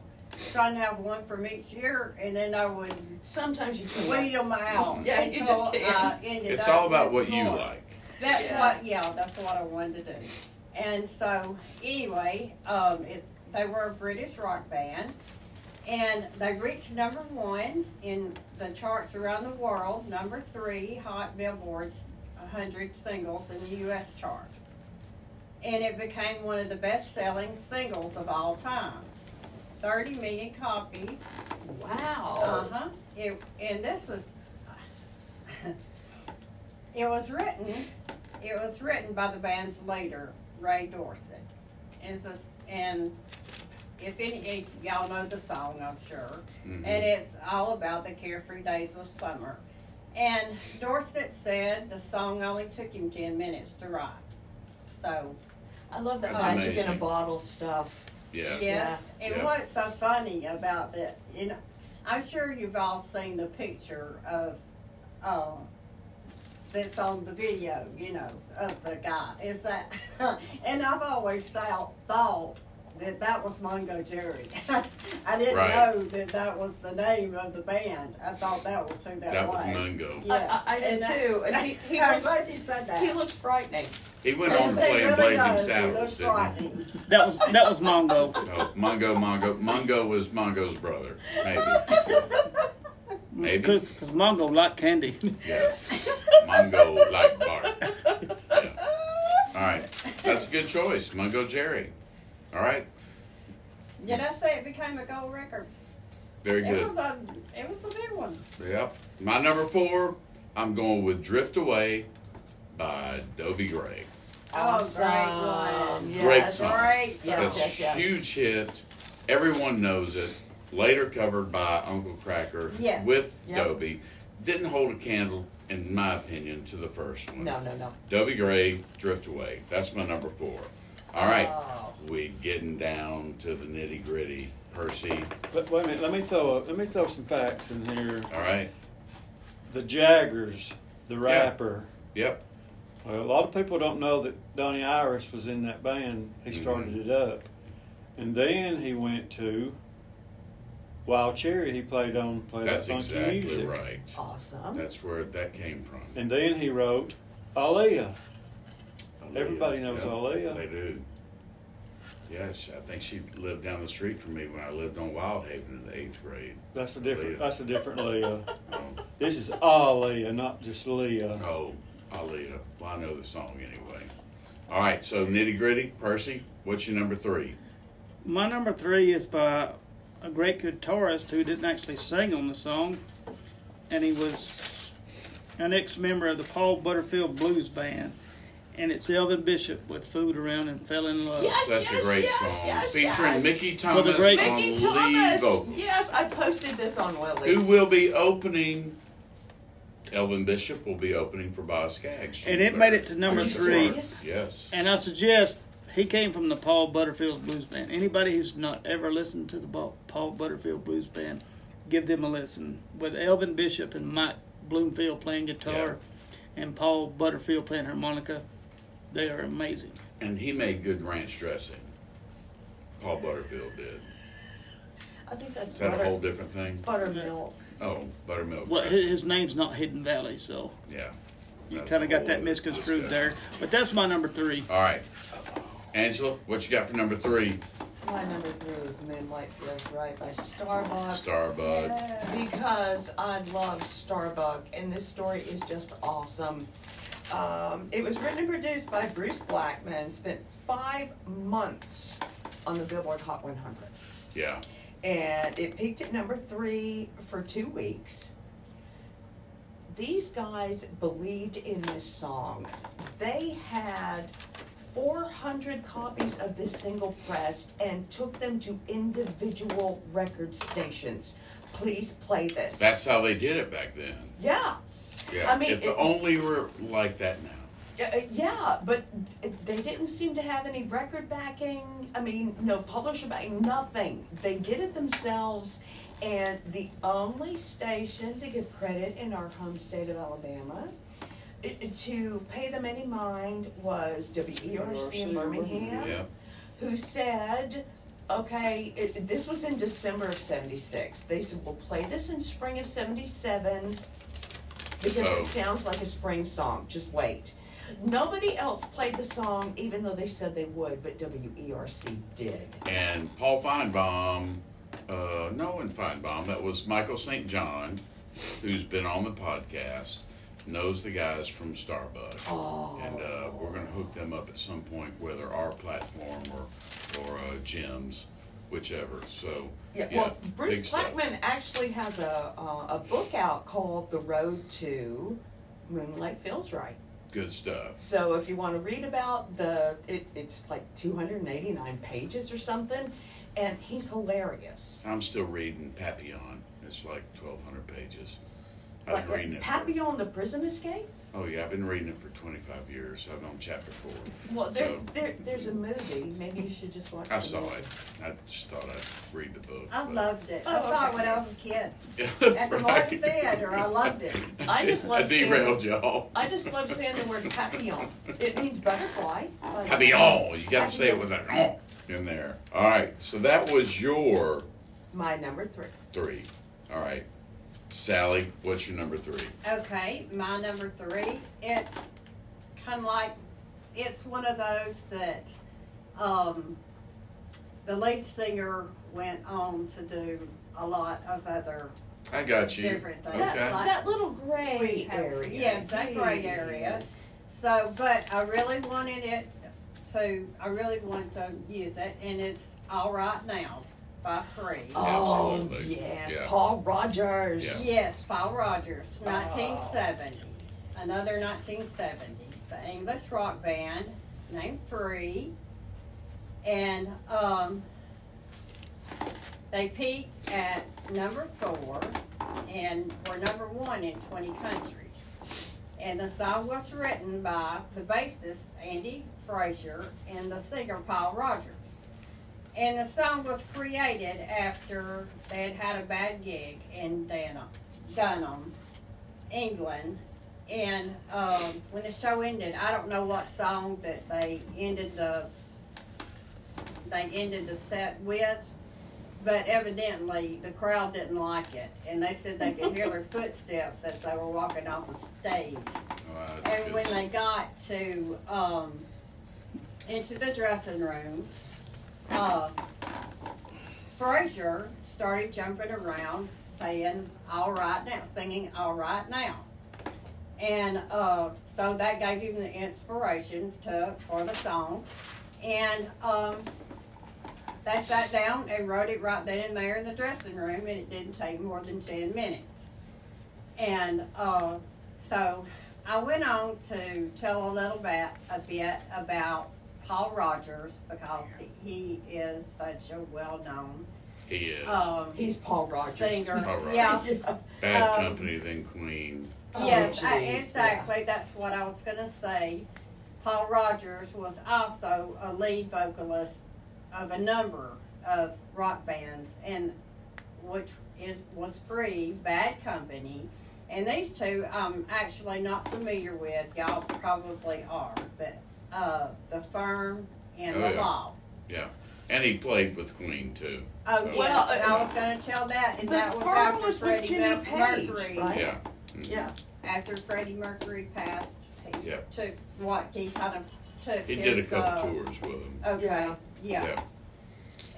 [SPEAKER 4] trying to have one from each year, and then I would
[SPEAKER 2] Sometimes you can.
[SPEAKER 4] weed them out.
[SPEAKER 2] Yeah, you
[SPEAKER 4] until
[SPEAKER 2] just can't.
[SPEAKER 4] I ended
[SPEAKER 1] It's
[SPEAKER 4] up
[SPEAKER 1] all about
[SPEAKER 4] with
[SPEAKER 1] what you
[SPEAKER 4] more.
[SPEAKER 1] like.
[SPEAKER 4] That's
[SPEAKER 2] Yeah.
[SPEAKER 4] what, yeah, that's what I wanted to do. And so, anyway, um, it, they were a British rock band, and they reached number one in the charts around the world, number three Hot Billboard 100 singles in the U.S. chart. And it became one of the best selling singles of all time. 30 million copies.
[SPEAKER 2] Wow.
[SPEAKER 4] Uh
[SPEAKER 2] Uh-huh.
[SPEAKER 4] huh. It, and this was, it was written, it was written by the band's leader, Ray Dorset. And this, and if any, if y'all know the song, I'm sure.
[SPEAKER 1] Mhm.
[SPEAKER 4] And it's all about the carefree days of summer. And Dorset said the song only took him 10 minutes to write. So,
[SPEAKER 2] I love that
[SPEAKER 1] That's
[SPEAKER 2] magic in a
[SPEAKER 1] amazing.
[SPEAKER 2] bottle stuff.
[SPEAKER 1] Yeah.
[SPEAKER 4] Yes, and
[SPEAKER 1] Yeah.
[SPEAKER 4] what's so funny about that, you know, I'm sure you've all seen the picture of uh, um, that's on the video, you know, of the guy. Is that? and I've always thought thought that that was Mungo Jerry. I didn't
[SPEAKER 1] Right.
[SPEAKER 4] know that that was the name of the band. I thought that was who that,
[SPEAKER 1] That
[SPEAKER 4] was.
[SPEAKER 1] was Mungo.
[SPEAKER 4] Yes.
[SPEAKER 2] I- I did
[SPEAKER 4] And that-
[SPEAKER 2] too. And he- he
[SPEAKER 4] I'm
[SPEAKER 2] was-
[SPEAKER 4] glad you said that.
[SPEAKER 2] He looks frightening.
[SPEAKER 1] He went on to
[SPEAKER 4] He
[SPEAKER 1] play in
[SPEAKER 4] really
[SPEAKER 1] Blazing
[SPEAKER 4] does. He
[SPEAKER 1] Saddles,
[SPEAKER 4] looks
[SPEAKER 1] didn't he?
[SPEAKER 4] frightening.
[SPEAKER 3] That was that was Mongo.
[SPEAKER 1] No, Mungo, Mongo, Mungo was Mongo's brother, maybe. Maybe,
[SPEAKER 3] Because Mongo liked candy.
[SPEAKER 1] yes. Mongo like Bart. Yeah. All right, that's a good choice, Mungo Jerry. All right,
[SPEAKER 4] Did I say it became a gold record?
[SPEAKER 1] very
[SPEAKER 4] It
[SPEAKER 1] good.
[SPEAKER 4] was a, it was a big one.
[SPEAKER 1] Yep. My number four, I'm going with Drift Away by Dobie Gray.
[SPEAKER 4] Oh,
[SPEAKER 2] Awesome.
[SPEAKER 4] great one.
[SPEAKER 1] Great
[SPEAKER 2] Yes.
[SPEAKER 1] song.
[SPEAKER 4] Great
[SPEAKER 2] Yes,
[SPEAKER 1] That's
[SPEAKER 4] song.
[SPEAKER 2] yes, yes.
[SPEAKER 1] huge hit. Everyone knows it. Later covered by Uncle Cracker
[SPEAKER 4] Yes.
[SPEAKER 1] with
[SPEAKER 2] Yep.
[SPEAKER 1] Dobie. Didn't hold a candle, in my opinion, to the first one.
[SPEAKER 2] No, no, no.
[SPEAKER 1] Dobie Gray, Drift Away. That's my number four. All right.
[SPEAKER 2] Oh.
[SPEAKER 1] We getting down to the nitty gritty, Percy.
[SPEAKER 5] But wait a minute, let me throw, let me throw some facts in here.
[SPEAKER 1] All right.
[SPEAKER 5] The Jaggers, the rapper.
[SPEAKER 1] Yep.
[SPEAKER 5] Well, a lot of people don't know that Donny Iris was in that band. He
[SPEAKER 1] Mm-hmm.
[SPEAKER 5] started it up, and then he went to Wild Cherry. He played on play
[SPEAKER 1] That's
[SPEAKER 5] that funky
[SPEAKER 1] exactly
[SPEAKER 5] music,
[SPEAKER 1] right.
[SPEAKER 2] Awesome.
[SPEAKER 1] That's where that came from.
[SPEAKER 5] and then he wrote Aaliyah.
[SPEAKER 1] Aaliyah.
[SPEAKER 5] Everybody knows
[SPEAKER 1] Yep,
[SPEAKER 5] Aaliyah.
[SPEAKER 1] They do. Yes, I think she lived down the street from me when I lived on Wild Haven in the eighth grade.
[SPEAKER 5] That's a different.
[SPEAKER 1] Aaliyah.
[SPEAKER 5] That's a different Leah.
[SPEAKER 1] Um,
[SPEAKER 5] This is Aaliyah, not just Leah.
[SPEAKER 1] oh, Aaliyah. Well, I know the song anyway. All right, so nitty gritty, Percy. What's your number three?
[SPEAKER 3] My number three is by a great guitarist who didn't actually sing on the song, and he was an ex-member of the Paul Butterfield Blues Band, and it's Elvin Bishop with "Food Around" and "Fell in Love."
[SPEAKER 2] Yes,
[SPEAKER 1] Such
[SPEAKER 2] yes,
[SPEAKER 1] a great
[SPEAKER 2] yes,
[SPEAKER 1] song,
[SPEAKER 2] yes,
[SPEAKER 1] featuring
[SPEAKER 2] yes.
[SPEAKER 1] Mickey
[SPEAKER 3] Well, the
[SPEAKER 1] Thomas
[SPEAKER 3] great-
[SPEAKER 1] on
[SPEAKER 2] Mickey
[SPEAKER 1] lead
[SPEAKER 2] Thomas.
[SPEAKER 1] vocals,
[SPEAKER 2] Yes, I posted this on Willie's.
[SPEAKER 1] who will be opening. Elvin Bishop will be opening for Bob Skaggs.
[SPEAKER 3] And it made it to number
[SPEAKER 1] Are you
[SPEAKER 3] three.
[SPEAKER 1] serious? Yes.
[SPEAKER 3] And I suggest he came from the Paul Butterfield Blues Band. Anybody who's not ever listened to the Ba- Paul Butterfield Blues Band, give them a listen. With Elvin Bishop and Mike Bloomfield playing guitar, and Paul Butterfield playing harmonica, they are amazing.
[SPEAKER 1] And he made good ranch dressing. Paul Butterfield did.
[SPEAKER 2] I think
[SPEAKER 1] Is
[SPEAKER 2] that's
[SPEAKER 1] that a whole
[SPEAKER 2] butter,
[SPEAKER 1] different thing?
[SPEAKER 2] buttermilk.
[SPEAKER 1] Oh, buttermilk.
[SPEAKER 3] Well, hi-
[SPEAKER 1] dressing.
[SPEAKER 3] his name's not Hidden Valley, so
[SPEAKER 1] yeah.
[SPEAKER 3] you
[SPEAKER 1] That's
[SPEAKER 3] kind
[SPEAKER 1] a
[SPEAKER 3] of got
[SPEAKER 1] whole
[SPEAKER 3] that
[SPEAKER 1] other
[SPEAKER 3] misconstrued there.
[SPEAKER 1] discussion.
[SPEAKER 3] But that's my number three.
[SPEAKER 1] All right. Angela, what you got for number three?
[SPEAKER 2] My number three is Moonlight Feels Right by Starbuck.
[SPEAKER 1] Starbuck.
[SPEAKER 2] because I love Starbuck, and this story is just awesome. Um, it was written and produced by Bruce Blackman, spent five months on the Billboard Hot 100,
[SPEAKER 1] Yeah.
[SPEAKER 2] and it peaked at number three for two weeks. These guys believed in this song. They had 400 copies of this single pressed and took them to individual record stations. Please play this.
[SPEAKER 1] That's how they did it back then.
[SPEAKER 2] Yeah,
[SPEAKER 1] Yeah.
[SPEAKER 2] I mean,
[SPEAKER 1] if the
[SPEAKER 2] it-
[SPEAKER 1] only were like that now.
[SPEAKER 2] Uh, uh, yeah, but they didn't seem to have any record backing. I mean, no publisher backing, nothing. They did it themselves, and the only station to give credit in our home state of Alabama uh, uh, to pay them any mind was WERC in
[SPEAKER 5] WERC,
[SPEAKER 2] Birmingham,
[SPEAKER 1] Yeah.
[SPEAKER 2] who said, okay, it, this was in December of 76. They said, we'll play this in spring of 77 because
[SPEAKER 1] So-
[SPEAKER 2] it sounds like a spring song. Just wait. Nobody else played the song, even though they said they would, but WERC did.
[SPEAKER 1] And Paul Feinbaum, uh, no one Feinbaum, that was Michael St. John, who's been on the podcast, knows the guys from Starbucks.
[SPEAKER 2] Oh.
[SPEAKER 1] And uh, we're going to hook them up at some point, whether our platform or, or uh, Jim's, whichever. So,
[SPEAKER 2] Yeah, well,
[SPEAKER 1] big
[SPEAKER 2] Bruce
[SPEAKER 1] stuff.
[SPEAKER 2] Blackman actually has a uh, a book out called The Road to Moonlight Feels Right.
[SPEAKER 1] Good stuff.
[SPEAKER 2] So if you want to read about the, it, it's like 289 pages or something, and he's hilarious.
[SPEAKER 1] I'm still reading Papillon. It's like 1,200 pages. I've been
[SPEAKER 2] Like,
[SPEAKER 1] reading it. for-
[SPEAKER 2] Happy on the Prison Escape?
[SPEAKER 1] Oh yeah, I've been reading it for 25 years. I'm on chapter four.
[SPEAKER 2] Well, there,
[SPEAKER 1] So,
[SPEAKER 2] there, there's a movie. Maybe you should just watch.
[SPEAKER 1] I
[SPEAKER 2] the
[SPEAKER 1] saw
[SPEAKER 2] movie.
[SPEAKER 1] it. I just thought I'd read the book.
[SPEAKER 4] I
[SPEAKER 1] but-
[SPEAKER 4] loved it. I
[SPEAKER 2] Oh,
[SPEAKER 4] saw
[SPEAKER 2] okay.
[SPEAKER 4] it when I was a kid.
[SPEAKER 1] Yeah,
[SPEAKER 4] At the
[SPEAKER 1] right.
[SPEAKER 4] Martin Theater, I loved it.
[SPEAKER 2] I just
[SPEAKER 1] I
[SPEAKER 2] love seeing-
[SPEAKER 1] derailed y'all.
[SPEAKER 2] I just love saying the word papillon. It means butterfly. but-
[SPEAKER 1] Papillon. oh, You got to say it with an on in there. All right. So that was your
[SPEAKER 2] My number three.
[SPEAKER 1] three. All right. Sally, what's your number three?
[SPEAKER 4] Okay, my number three. It's kind of like it's one of those that um, the lead singer went on to do a lot of other.
[SPEAKER 1] I got you.
[SPEAKER 4] Different thing.
[SPEAKER 2] That,
[SPEAKER 1] Okay.
[SPEAKER 2] that little
[SPEAKER 4] We
[SPEAKER 2] gray
[SPEAKER 4] have-
[SPEAKER 2] area.
[SPEAKER 4] yes, that gray area. So, but I really wanted it. So I really wanted to use it, and it's all right now by Free.
[SPEAKER 2] Oh
[SPEAKER 1] Absolutely.
[SPEAKER 2] yes,
[SPEAKER 1] Yeah.
[SPEAKER 2] Paul Rogers.
[SPEAKER 4] Yes, Paul Rogers, 1970. Another 1970. It's an English rock band named Free. And um, they peaked at number four and were number one in 20 countries. And the song was written by the bassist Andy Frazier and the singer Paul Rogers. And the song was created after they had had a bad gig in Dunham, Dunham England. And um, when the show ended, I don't know what song that they ended the they ended the set with, but evidently the crowd didn't like it, and they said they could hear their footsteps as they were walking off the stage.
[SPEAKER 1] Wow, Oh, that's
[SPEAKER 4] And
[SPEAKER 1] good.
[SPEAKER 4] when they got to um, into the dressing room, uh, Frazier started jumping around, saying "All right now," singing "All right now," and uh, so that gave him the inspiration to for the song. And um, they sat down and wrote it right then and there in the dressing room, and it didn't take more than ten minutes. And uh, so I went on to tell a little bit a bit about Paul Rogers because he is such a well-known
[SPEAKER 1] he is
[SPEAKER 4] um,
[SPEAKER 2] He's Paul Rogers.
[SPEAKER 4] singer.
[SPEAKER 1] Paul Rogers.
[SPEAKER 4] Yeah,
[SPEAKER 1] bad
[SPEAKER 4] um,
[SPEAKER 1] company than Queen.
[SPEAKER 4] yes,
[SPEAKER 2] Oh,
[SPEAKER 4] I-
[SPEAKER 2] geez,
[SPEAKER 4] exactly. That's what I was gonna say. Paul Rogers was also a lead vocalist of a number of rock bands, and which is was free Bad Company, and these two I'm actually not familiar with. Y'all probably are, but uh, the Firm and
[SPEAKER 1] Oh,
[SPEAKER 4] the
[SPEAKER 1] yeah.
[SPEAKER 4] Law.
[SPEAKER 1] Yeah, and he played with Queen too.
[SPEAKER 4] Oh
[SPEAKER 1] So-
[SPEAKER 4] yes,
[SPEAKER 2] Well,
[SPEAKER 4] and
[SPEAKER 2] uh,
[SPEAKER 4] I was gonna tell that, and
[SPEAKER 2] The
[SPEAKER 4] that was
[SPEAKER 2] Firm was
[SPEAKER 4] after
[SPEAKER 2] with
[SPEAKER 4] Freddie
[SPEAKER 2] Jimmy Page,
[SPEAKER 4] Mercury.
[SPEAKER 2] right?
[SPEAKER 1] Yeah.
[SPEAKER 2] Yeah.
[SPEAKER 4] after Freddie Mercury passed, he
[SPEAKER 1] Yep.
[SPEAKER 4] took what he kind of took.
[SPEAKER 1] He did a
[SPEAKER 4] his, uh,
[SPEAKER 1] couple tours with him.
[SPEAKER 4] Okay,
[SPEAKER 2] Yeah.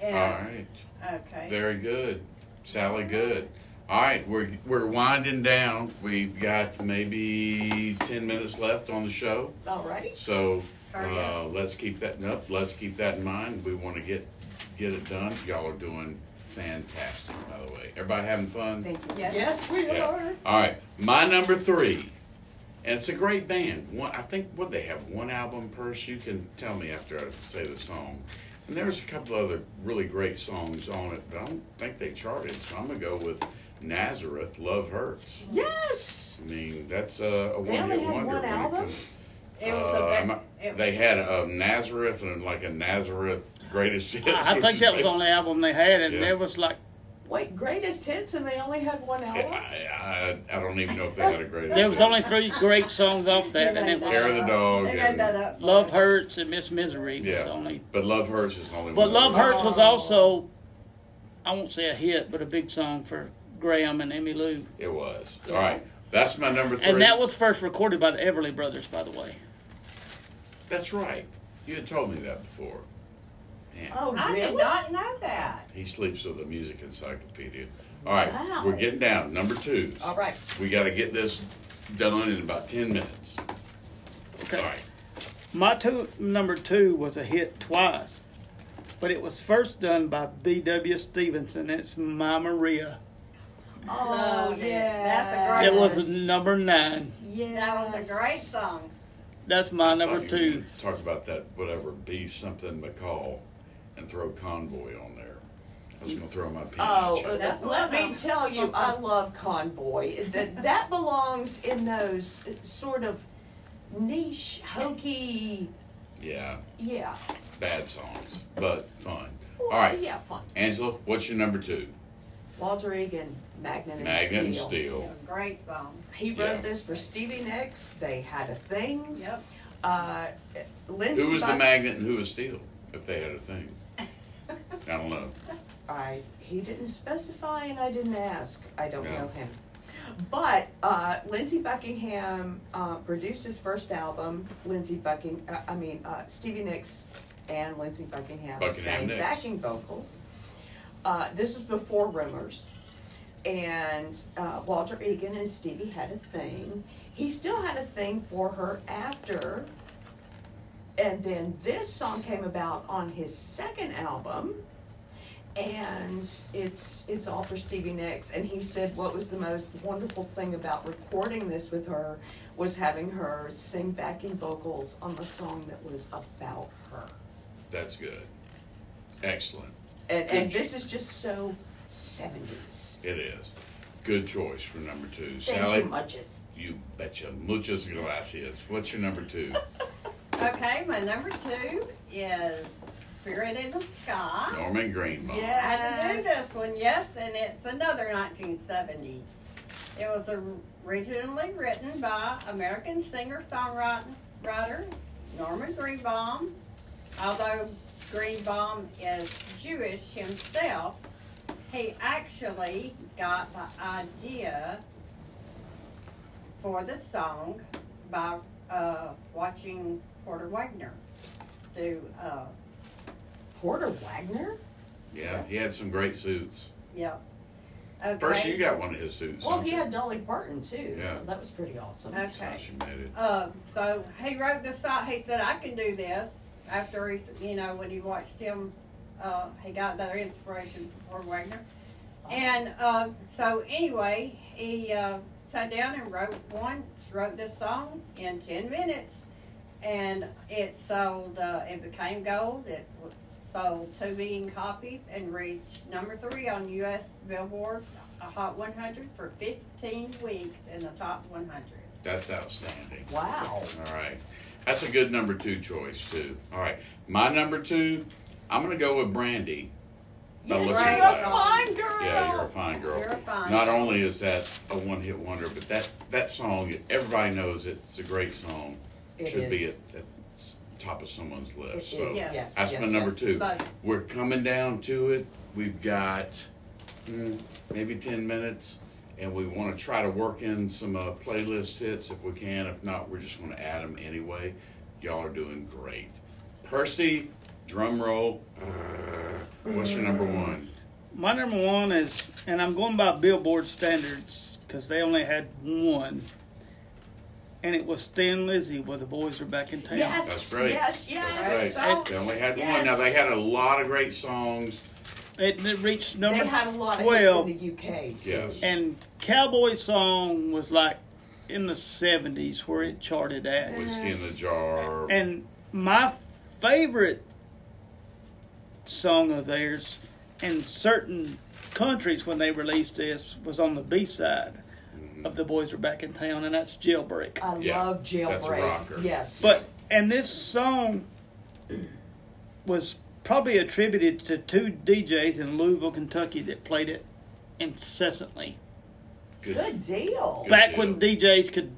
[SPEAKER 4] yeah.
[SPEAKER 1] All
[SPEAKER 4] And,
[SPEAKER 1] right.
[SPEAKER 4] okay.
[SPEAKER 1] Very good. Sally, good. All right, we're, we're winding down. We've got maybe 10 minutes left on the show.
[SPEAKER 2] Alrighty.
[SPEAKER 1] So
[SPEAKER 4] Hurry
[SPEAKER 1] uh, let's keep that up. Let's keep that in mind. We want to get get it done. Y'all are doing fantastic, by the way. Everybody having fun?
[SPEAKER 2] Thank you.
[SPEAKER 4] Yeah.
[SPEAKER 2] Yes, we
[SPEAKER 1] Yeah.
[SPEAKER 2] are.
[SPEAKER 1] All right, my number three, and it's a great band. One, I think what they have one album per. so You can tell me after I say the song. And there's a couple other really great songs on it, but I don't think they charted. So I'm gonna go with Nazareth. Love hurts.
[SPEAKER 2] Yes.
[SPEAKER 1] I mean, that's a, a
[SPEAKER 2] They
[SPEAKER 1] one-hit
[SPEAKER 2] only have
[SPEAKER 1] wonder.
[SPEAKER 2] one
[SPEAKER 1] when it
[SPEAKER 2] album?
[SPEAKER 1] comes-
[SPEAKER 4] It was
[SPEAKER 1] Uh,
[SPEAKER 4] a
[SPEAKER 1] I'm
[SPEAKER 4] bit,
[SPEAKER 1] not-
[SPEAKER 4] it
[SPEAKER 1] they had a Nazareth and like a Nazareth greatest hits.
[SPEAKER 3] I
[SPEAKER 1] which
[SPEAKER 3] think
[SPEAKER 1] Uh, is
[SPEAKER 3] that was on the album they had, and
[SPEAKER 1] Yeah.
[SPEAKER 3] there was like
[SPEAKER 2] Wait, greatest hits, and they only had one
[SPEAKER 1] basi-
[SPEAKER 2] album.
[SPEAKER 1] I, I, I don't even know if they had a greatest.
[SPEAKER 3] there was
[SPEAKER 1] hits.
[SPEAKER 3] only three great songs off that, and it
[SPEAKER 1] Hair
[SPEAKER 3] was
[SPEAKER 1] of the dog.
[SPEAKER 4] they
[SPEAKER 1] and-
[SPEAKER 4] made that up. for
[SPEAKER 3] "Love
[SPEAKER 4] us.
[SPEAKER 3] Hurts" and "Miss Misery."
[SPEAKER 1] Yeah,
[SPEAKER 3] Was only,
[SPEAKER 1] but Love Hurts is the only
[SPEAKER 3] but
[SPEAKER 1] one.
[SPEAKER 3] "Love
[SPEAKER 1] that-
[SPEAKER 3] Hurts" was also, I won't say a hit, but a big song for Graham and Emmy Lou,
[SPEAKER 1] It was. All right. That's my number three.
[SPEAKER 3] and that was first recorded by the Everly Brothers, by the way.
[SPEAKER 1] That's right. You had told me that before. Man,
[SPEAKER 2] Oh,
[SPEAKER 4] I
[SPEAKER 2] really?
[SPEAKER 4] did not know that.
[SPEAKER 1] he sleeps with a music encyclopedia. All right,
[SPEAKER 2] Wow.
[SPEAKER 1] we're getting down. Number twos.
[SPEAKER 2] All right.
[SPEAKER 1] We got to get this done in about 10 minutes.
[SPEAKER 3] Okay.
[SPEAKER 1] All right.
[SPEAKER 3] My two number two was a hit twice, but it was first done by B.W. Stevenson. It's "My Maria."
[SPEAKER 2] Oh,
[SPEAKER 4] Love it. That's a
[SPEAKER 3] It
[SPEAKER 4] great
[SPEAKER 3] was
[SPEAKER 4] one.
[SPEAKER 3] a number nine.
[SPEAKER 2] Yes.
[SPEAKER 4] That was a great song.
[SPEAKER 3] That's my number
[SPEAKER 1] Thought you were
[SPEAKER 3] two.
[SPEAKER 1] gonna Talk about that, whatever, be something McCall and throw Convoy on there. I was going to throw my pen
[SPEAKER 2] Oh,
[SPEAKER 1] at you.
[SPEAKER 4] That's
[SPEAKER 2] let
[SPEAKER 4] what I
[SPEAKER 2] me
[SPEAKER 4] know.
[SPEAKER 2] tell you, I love Convoy. That that belongs in those sort of niche, hokey,
[SPEAKER 1] Yeah,
[SPEAKER 2] yeah.
[SPEAKER 1] bad songs, but fun. All
[SPEAKER 2] Well,
[SPEAKER 1] right,
[SPEAKER 2] Yeah, fun.
[SPEAKER 1] Angela, what's your number two?
[SPEAKER 2] Walter Egan, Magnet and
[SPEAKER 1] Magnet and
[SPEAKER 2] Steel.
[SPEAKER 1] Steel.
[SPEAKER 4] Great song.
[SPEAKER 2] He wrote
[SPEAKER 1] Yeah.
[SPEAKER 2] this for Stevie Nicks. They had a thing.
[SPEAKER 4] Yep.
[SPEAKER 2] Uh, Lindsey
[SPEAKER 1] Who was the
[SPEAKER 2] Buck-
[SPEAKER 1] magnet and who was steel? If they had a thing, I don't know.
[SPEAKER 2] I he didn't specify and I didn't ask. I don't
[SPEAKER 1] Yeah.
[SPEAKER 2] know him. But uh, Lindsey Buckingham uh, produced his first album. Lindsey Buckingham, uh, I mean uh, Stevie Nicks and Lindsey Buckingham,
[SPEAKER 1] Buckingham
[SPEAKER 2] sang
[SPEAKER 1] Nicks.
[SPEAKER 2] backing vocals. Uh, this was before Rumors, and uh, Walter Egan and Stevie had a thing. He still had a thing for her after, and then this song came about on his second album and it's it's all for Stevie Nicks. And he said what was the most wonderful thing about recording this with her was having her sing backing vocals on the song that was about her.
[SPEAKER 1] That's good. Excellent.
[SPEAKER 2] And and
[SPEAKER 1] Good.
[SPEAKER 2] this is just so seventies.
[SPEAKER 1] It is. Good choice for number two,
[SPEAKER 2] Thank
[SPEAKER 1] Sally.
[SPEAKER 2] you, Muches.
[SPEAKER 1] You betcha. Muchas gracias. What's your number two?
[SPEAKER 4] Okay, my number two is Spirit in the Sky.
[SPEAKER 1] Norman Greenbaum.
[SPEAKER 4] Yeah, I had to do
[SPEAKER 2] Yes.
[SPEAKER 4] this one, yes, and it's another 1970. It was originally written by American singer songwriter Norman Greenbaum. Although Greenbaum is Jewish himself, he actually got the idea for the song by uh, watching Porter Wagner do, uh,
[SPEAKER 2] Porter Wagner?
[SPEAKER 1] Yeah, he had some great suits.
[SPEAKER 4] yeah. Okay.
[SPEAKER 1] Percy, you got one of his suits.
[SPEAKER 2] Well,
[SPEAKER 1] don't
[SPEAKER 2] he
[SPEAKER 1] you?
[SPEAKER 2] had Dolly Parton too,
[SPEAKER 1] Yeah.
[SPEAKER 2] so that was pretty awesome.
[SPEAKER 4] Okay.
[SPEAKER 1] That's how she made it.
[SPEAKER 4] Uh, so he wrote the song. He said, "I can do this." After he, s- you know, when he watched him, uh, he got that inspiration from Fort Wagner. And um, so anyway, he uh, sat down and wrote one, wrote this song in ten minutes, and it sold. Uh, it became gold. It was sold two million copies and reached number three on U.S. Billboard Hot 100 for 15 weeks in the top 100.
[SPEAKER 1] That's outstanding.
[SPEAKER 2] Wow.
[SPEAKER 1] All right. That's a good number two choice, too. All right. My number two, I'm going to go with Brandy. By
[SPEAKER 2] Yes,
[SPEAKER 1] Lizzie Blythe.
[SPEAKER 2] you're a fine girl.
[SPEAKER 1] Yeah, you're a fine girl.
[SPEAKER 4] You're a fine.
[SPEAKER 1] Not only is that a one hit wonder, but that, that song, everybody knows it. It's a great song.
[SPEAKER 2] It
[SPEAKER 1] Should be at,
[SPEAKER 2] is.
[SPEAKER 1] at s- top of someone's list.
[SPEAKER 2] It is,
[SPEAKER 1] so
[SPEAKER 4] Yeah.
[SPEAKER 2] yes,
[SPEAKER 1] that's
[SPEAKER 2] yes,
[SPEAKER 1] my number
[SPEAKER 2] yes.
[SPEAKER 1] two.
[SPEAKER 4] But-
[SPEAKER 1] We're coming down to it. We've got mm, maybe 10 minutes, and we want to try to work in some uh, playlist hits if we can. If not, we're just going to add them anyway. Y'all are doing great. Percy, drum roll. Uh, What's your number one?
[SPEAKER 3] My number one is, and I'm going by Billboard standards because they only had one, and it was Stan Lizzy with the boys are back in town.
[SPEAKER 2] Yes,
[SPEAKER 1] That's right.
[SPEAKER 2] yes, yes.
[SPEAKER 1] That's
[SPEAKER 2] So-
[SPEAKER 1] right. They only had one. Now, they had a lot of great songs.
[SPEAKER 3] It, it reached number
[SPEAKER 2] They had a lot of
[SPEAKER 3] twelve,
[SPEAKER 2] hits in the UK. too.
[SPEAKER 1] Yes.
[SPEAKER 3] and Cowboy Song was like in the '70s where it charted at.
[SPEAKER 1] Whiskey in the Jar.
[SPEAKER 3] And my favorite song of theirs in certain countries when they released this was on the B side of The Boys Are Back in Town, and that's Jailbreak.
[SPEAKER 2] I
[SPEAKER 1] Yeah,
[SPEAKER 2] love
[SPEAKER 1] that's a
[SPEAKER 2] jailbreak.
[SPEAKER 1] rocker.
[SPEAKER 2] Yes.
[SPEAKER 3] But and this song was probably attributed to two DJs in Louisville, Kentucky that played it incessantly.
[SPEAKER 2] good deal.
[SPEAKER 1] Good
[SPEAKER 3] Back
[SPEAKER 1] deal.
[SPEAKER 3] when DJs could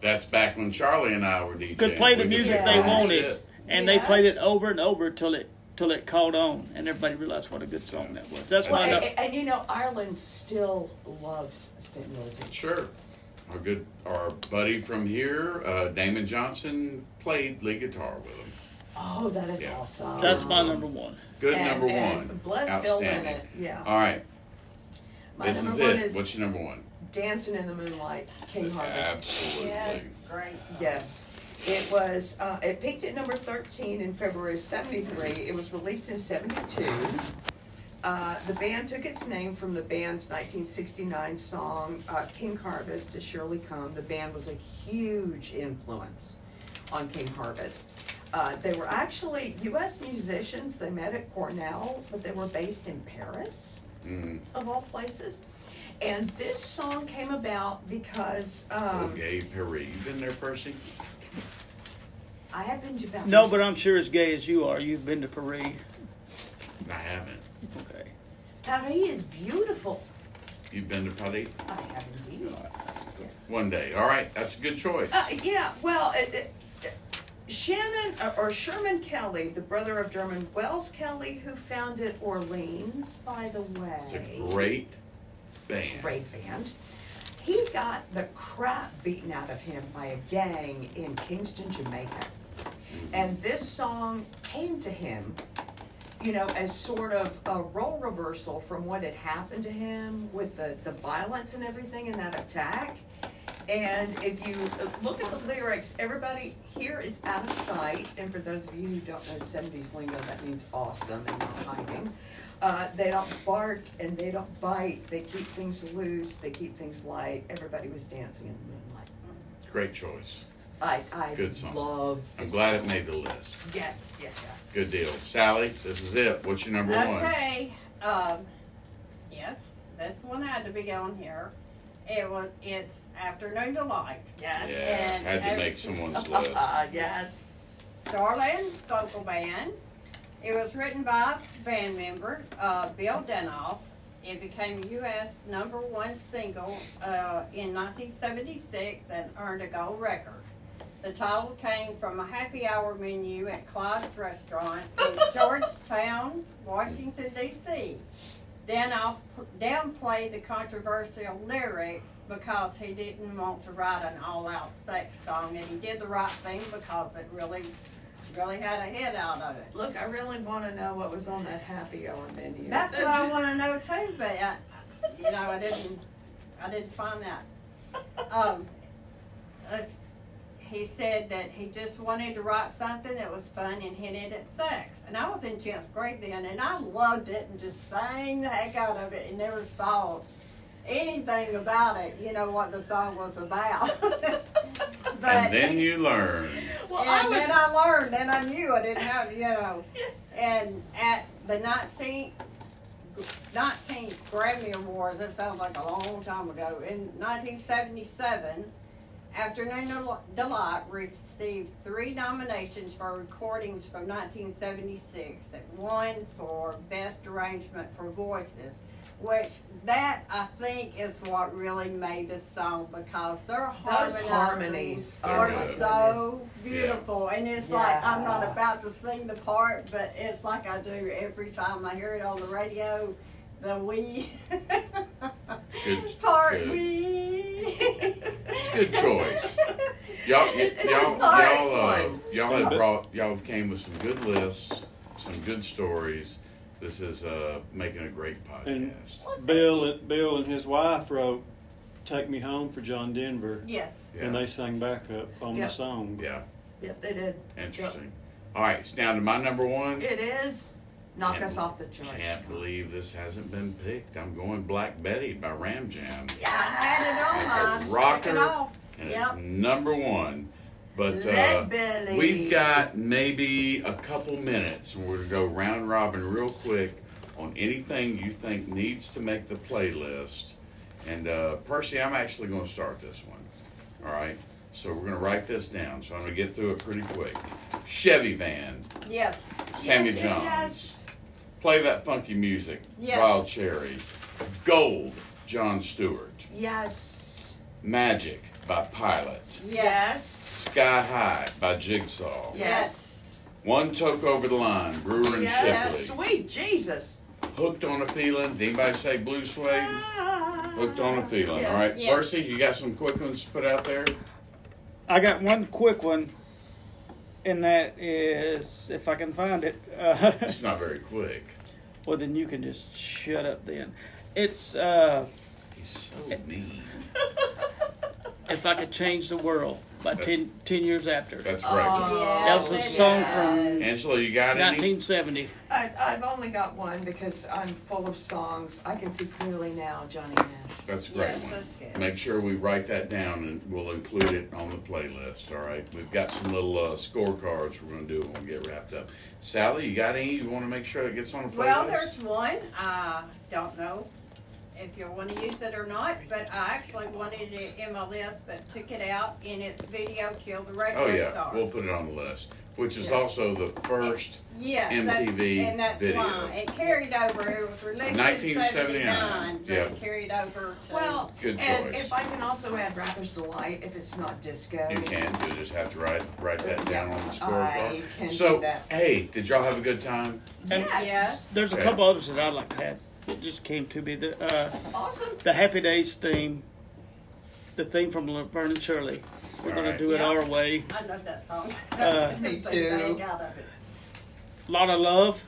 [SPEAKER 1] That's back when Charlie and I were DJing.
[SPEAKER 3] could play the
[SPEAKER 1] We
[SPEAKER 3] music
[SPEAKER 1] do
[SPEAKER 3] they
[SPEAKER 1] that
[SPEAKER 3] wanted,
[SPEAKER 1] shit.
[SPEAKER 3] and they played
[SPEAKER 2] Yes.
[SPEAKER 3] it over and over till it till it caught on, and everybody realized what a good song that was. That's
[SPEAKER 2] Well,
[SPEAKER 3] why. I
[SPEAKER 2] and,
[SPEAKER 3] know-
[SPEAKER 2] and- and you know, Ireland still loves thin lizzy.
[SPEAKER 1] Sure. Our good, our buddy from here, uh, Damon Johnson, played lead guitar with him.
[SPEAKER 2] Oh, that is
[SPEAKER 1] Yeah.
[SPEAKER 2] awesome.
[SPEAKER 3] That's my number one.
[SPEAKER 1] Good
[SPEAKER 2] And-
[SPEAKER 1] number
[SPEAKER 2] and
[SPEAKER 1] one.
[SPEAKER 2] bless Bill
[SPEAKER 1] Outstanding.
[SPEAKER 2] Bennett, yeah.
[SPEAKER 1] All right.
[SPEAKER 2] my
[SPEAKER 1] this
[SPEAKER 2] number
[SPEAKER 1] is
[SPEAKER 2] one
[SPEAKER 1] it.
[SPEAKER 2] is
[SPEAKER 1] What's your number one?
[SPEAKER 2] Dancing in the Moonlight, King Harvest.
[SPEAKER 1] Absolutely.
[SPEAKER 4] Yes, great.
[SPEAKER 2] Yes. It was, uh, it peaked at number 13 in February of 73. It was released in 72. Uh, the band took its name from the band's 1969 song, uh, King Harvest, to Surely Come. The band was a huge influence on King Harvest. Uh, they were actually U.S. musicians. They met at Cornell, but they were based in Paris,
[SPEAKER 1] Mm,
[SPEAKER 2] of all places. And this song came about because
[SPEAKER 1] little
[SPEAKER 2] um,
[SPEAKER 1] gay Perry. You been there, Percy?
[SPEAKER 2] I have been to Baton
[SPEAKER 3] No, but I'm sure as gay as you are, you've been to Paris.
[SPEAKER 1] I haven't.
[SPEAKER 3] Okay.
[SPEAKER 2] Paris is beautiful.
[SPEAKER 1] You've been to Paris?
[SPEAKER 2] I have indeed. Yes.
[SPEAKER 1] One day. All right, that's a good choice.
[SPEAKER 2] Uh, yeah, well, it, it, Shannon uh, or Sherman Kelly, the brother of German Wells Kelly, who founded Orleans, by the way.
[SPEAKER 1] It's a great band.
[SPEAKER 2] great band. He got the crap beaten out of him by a gang in Kingston, Jamaica.
[SPEAKER 1] Mm-hmm.
[SPEAKER 2] And this song came to him, you know, as sort of a role reversal from what had happened to him with the, the violence and everything in that attack. And if you uh, look at the lyrics, everybody here is out of sight. And for those of you who don't know 70s lingo, that means awesome and not hiding. Uh, they don't bark and they don't bite. They keep things loose. They keep things light. Everybody was dancing in the moonlight.
[SPEAKER 1] Great choice.
[SPEAKER 2] I, I
[SPEAKER 1] Good song.
[SPEAKER 2] love
[SPEAKER 1] I'm
[SPEAKER 2] this
[SPEAKER 1] glad it
[SPEAKER 2] song.
[SPEAKER 1] made the list.
[SPEAKER 2] Yes, yes, yes.
[SPEAKER 1] Good deal. Sally, this is it. What's your number one?
[SPEAKER 4] Okay, um, yes, this one had to be on here. It was, it's Afternoon Delight.
[SPEAKER 1] Yeah,
[SPEAKER 2] Yes.
[SPEAKER 1] had to make someone's list.
[SPEAKER 2] Ah, yes.
[SPEAKER 4] Starland vocal band. It was written by band member uh, Bill Denoff. It became U.S. number one single uh, in 1976 and earned a gold record. The title came from a happy hour menu at Clyde's Restaurant in Georgetown, Washington, D.C. Denoff downplayed the controversial lyrics because he didn't want to write an all-out sex song, and he did the right thing because it really, really had a hit out of it.
[SPEAKER 2] Look, I really want to know what was on that happy hour menu.
[SPEAKER 4] That's what I want to know too, but I, you know, I didn't, I didn't find that. Um, let's, he said that he just wanted to write something that was fun and hinted at sex. And I was in tenth grade then, and I loved it and just sang the heck out of it and never thought anything about it. You know what the song was about. but
[SPEAKER 1] And then you learn.
[SPEAKER 2] Well, I
[SPEAKER 4] and
[SPEAKER 2] was.
[SPEAKER 4] then I learned, then I knew I didn't have, you know. And at the 19th, 19th Grammy Awards, that sounds like a long time ago, in 1977, Afternoon Del- Delight received three nominations for recordings from 1976 and one for Best Arrangement for Voices. Which that I think is what really made this song because their
[SPEAKER 2] those
[SPEAKER 4] harmonizing-
[SPEAKER 2] harmonies
[SPEAKER 1] They're
[SPEAKER 2] are
[SPEAKER 4] are
[SPEAKER 1] good.
[SPEAKER 2] so.
[SPEAKER 4] so beautiful, and it's like I'm not about to sing the part, but it's like I do every time I hear it on the radio. The we
[SPEAKER 1] Good-
[SPEAKER 4] part,
[SPEAKER 1] good.
[SPEAKER 4] we. It's
[SPEAKER 1] a good choice. Y'all, y- y'all,
[SPEAKER 4] Alright,
[SPEAKER 1] y'all, uh,
[SPEAKER 4] fine.
[SPEAKER 1] y'all have brought, y'all came with some good lists, some good stories. This is uh, making a great podcast.
[SPEAKER 5] Bill and Bill and his wife wrote "Take Me Home" for John Denver,
[SPEAKER 4] yes.
[SPEAKER 1] Yeah,
[SPEAKER 5] and they sang backup on
[SPEAKER 2] Yeah.
[SPEAKER 5] the song.
[SPEAKER 1] yeah,
[SPEAKER 2] Yep, they did.
[SPEAKER 1] interesting. All right, it's down to my number one.
[SPEAKER 2] It is. Knock
[SPEAKER 1] Can't-
[SPEAKER 2] us off the charts.
[SPEAKER 1] Can't believe this hasn't been picked. I'm going Black Betty by Ram Jam,
[SPEAKER 4] I had it on mine.
[SPEAKER 1] It's a
[SPEAKER 4] Took it
[SPEAKER 1] rocker.
[SPEAKER 4] off.
[SPEAKER 1] and
[SPEAKER 4] Yep.
[SPEAKER 1] it's number one. But uh,
[SPEAKER 2] Lead belly.
[SPEAKER 1] We've got maybe a couple minutes, and we're gonna go round robin real quick on anything you think needs to make the playlist. And uh, Percy, I'm actually gonna start this one. All right, so we're gonna write this down. So I'm gonna get through it pretty quick. Chevy Van,
[SPEAKER 4] Yes.
[SPEAKER 1] Sammy
[SPEAKER 2] yes, yes,
[SPEAKER 1] Johns,
[SPEAKER 2] yes.
[SPEAKER 1] play that funky music.
[SPEAKER 4] Yes.
[SPEAKER 1] Wild Cherry, Gold, John Stewart,
[SPEAKER 2] Yes.
[SPEAKER 1] Magic by Pilot,
[SPEAKER 2] Yes.
[SPEAKER 1] Sky High by Jigsaw.
[SPEAKER 2] Yes.
[SPEAKER 1] One took over the line, Brewer and
[SPEAKER 2] Yes.
[SPEAKER 1] Shipley.
[SPEAKER 2] Sweet Jesus.
[SPEAKER 1] Hooked on a feeling. Did anybody say blue suede? Hooked on a feeling.
[SPEAKER 2] Yes.
[SPEAKER 1] All right,
[SPEAKER 4] Yes.
[SPEAKER 1] Percy, you got some quick ones to put out there.
[SPEAKER 3] I got one quick one, and that is if I can find it. Uh,
[SPEAKER 1] It's not very quick.
[SPEAKER 3] well, then you can just shut up. Then it's uh,
[SPEAKER 1] He's so mean.
[SPEAKER 3] if I could change the world by 10, 10 years after.
[SPEAKER 4] Um,
[SPEAKER 1] That's right.
[SPEAKER 4] Yeah,
[SPEAKER 3] That was a
[SPEAKER 4] it
[SPEAKER 3] song
[SPEAKER 4] is.
[SPEAKER 3] from
[SPEAKER 1] Angela, you got any?
[SPEAKER 3] 1970.
[SPEAKER 2] I I, I've only got one because I'm full of songs. I can see clearly now, Johnny Nash.
[SPEAKER 1] That's a great
[SPEAKER 4] Yes,
[SPEAKER 1] one.
[SPEAKER 4] that's good.
[SPEAKER 1] Make sure we write that down and we'll include it on the playlist, all right? We've got some little uh, scorecards we're going to do when we get wrapped up. Sally, you got any you want to make sure that gets on the playlist?
[SPEAKER 4] Well, there's one, I don't know if you'll want to use it or not, but I actually wanted it in my list, but took it out in its video Kill the
[SPEAKER 1] oh,
[SPEAKER 4] Radio
[SPEAKER 1] yeah.
[SPEAKER 4] Star.
[SPEAKER 1] We'll put it on the list, which is
[SPEAKER 4] Yeah.
[SPEAKER 1] also the first
[SPEAKER 4] Yes, that-
[SPEAKER 1] MTV
[SPEAKER 4] and that's
[SPEAKER 1] video.
[SPEAKER 4] why. It carried over, it was released in
[SPEAKER 1] 1979,
[SPEAKER 4] seventy-nine, but
[SPEAKER 1] yeah.
[SPEAKER 4] it carried over to.
[SPEAKER 2] Well,
[SPEAKER 1] Good
[SPEAKER 2] and
[SPEAKER 1] choice.
[SPEAKER 2] if I can also add Rapper's Delight, if it's not disco.
[SPEAKER 1] you can. You'll just have to write, write that down on the
[SPEAKER 2] I
[SPEAKER 1] scorecard.
[SPEAKER 2] can
[SPEAKER 1] so,
[SPEAKER 2] do that.
[SPEAKER 1] hey, did y'all have a good time?
[SPEAKER 3] And
[SPEAKER 2] Yes.
[SPEAKER 3] There's a
[SPEAKER 1] Okay.
[SPEAKER 3] couple others that I'd like to have. It just came to me. The, uh,
[SPEAKER 2] Awesome.
[SPEAKER 3] the Happy Days theme, the theme from Laverne and Shirley. We're going
[SPEAKER 1] Alright.
[SPEAKER 3] to do it
[SPEAKER 4] Yeah.
[SPEAKER 3] our way.
[SPEAKER 4] I love that song.
[SPEAKER 3] Uh,
[SPEAKER 2] Me
[SPEAKER 4] It's the thing
[SPEAKER 2] too.
[SPEAKER 4] out of it.
[SPEAKER 3] Lot of Love.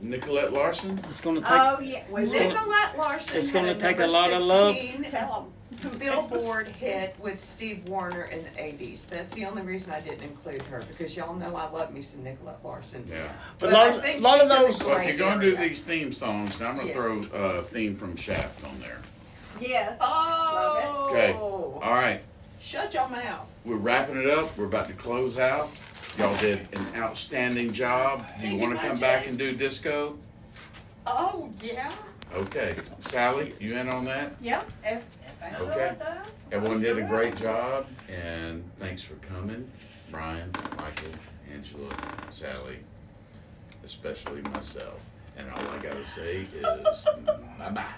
[SPEAKER 1] Nicolette Larson?
[SPEAKER 3] It's going to take.
[SPEAKER 4] Oh, yeah,
[SPEAKER 2] When
[SPEAKER 3] It's
[SPEAKER 4] was
[SPEAKER 3] gonna-
[SPEAKER 2] Nicolette Larson
[SPEAKER 3] it's
[SPEAKER 2] had
[SPEAKER 3] gonna take a
[SPEAKER 2] number
[SPEAKER 3] lot of love.
[SPEAKER 2] 16
[SPEAKER 4] Tell
[SPEAKER 2] Billboard hit with Steve Warner in the eighties. That's the only reason I didn't include her, because y'all know I love me some Nicolette Larson.
[SPEAKER 1] Yeah.
[SPEAKER 3] But
[SPEAKER 2] But I
[SPEAKER 3] lot-
[SPEAKER 2] think
[SPEAKER 3] lot of
[SPEAKER 2] she's in the
[SPEAKER 3] those-
[SPEAKER 1] Well, if you're
[SPEAKER 2] gray
[SPEAKER 1] going to do
[SPEAKER 2] area.
[SPEAKER 1] these theme songs, now I'm going
[SPEAKER 2] Yeah.
[SPEAKER 1] to throw a uh, theme from Shaft on there.
[SPEAKER 4] them. Yes.
[SPEAKER 2] Oh.
[SPEAKER 1] Okay. All right.
[SPEAKER 2] Shut your mouth.
[SPEAKER 1] We're wrapping it up. We're about to close out. Y'all did an outstanding job. Do you
[SPEAKER 2] Thank
[SPEAKER 1] want to
[SPEAKER 2] you,
[SPEAKER 1] come
[SPEAKER 2] Moses.
[SPEAKER 1] back and do disco?
[SPEAKER 2] Oh, yeah?
[SPEAKER 1] Okay. Sally, you in on that?
[SPEAKER 4] Yeah, if, if I know
[SPEAKER 1] Okay.
[SPEAKER 4] what that is.
[SPEAKER 1] Everyone did a great job, and thanks for coming. Brian, Michael, Angela, Sally, especially myself. And all I got to say is bye bye.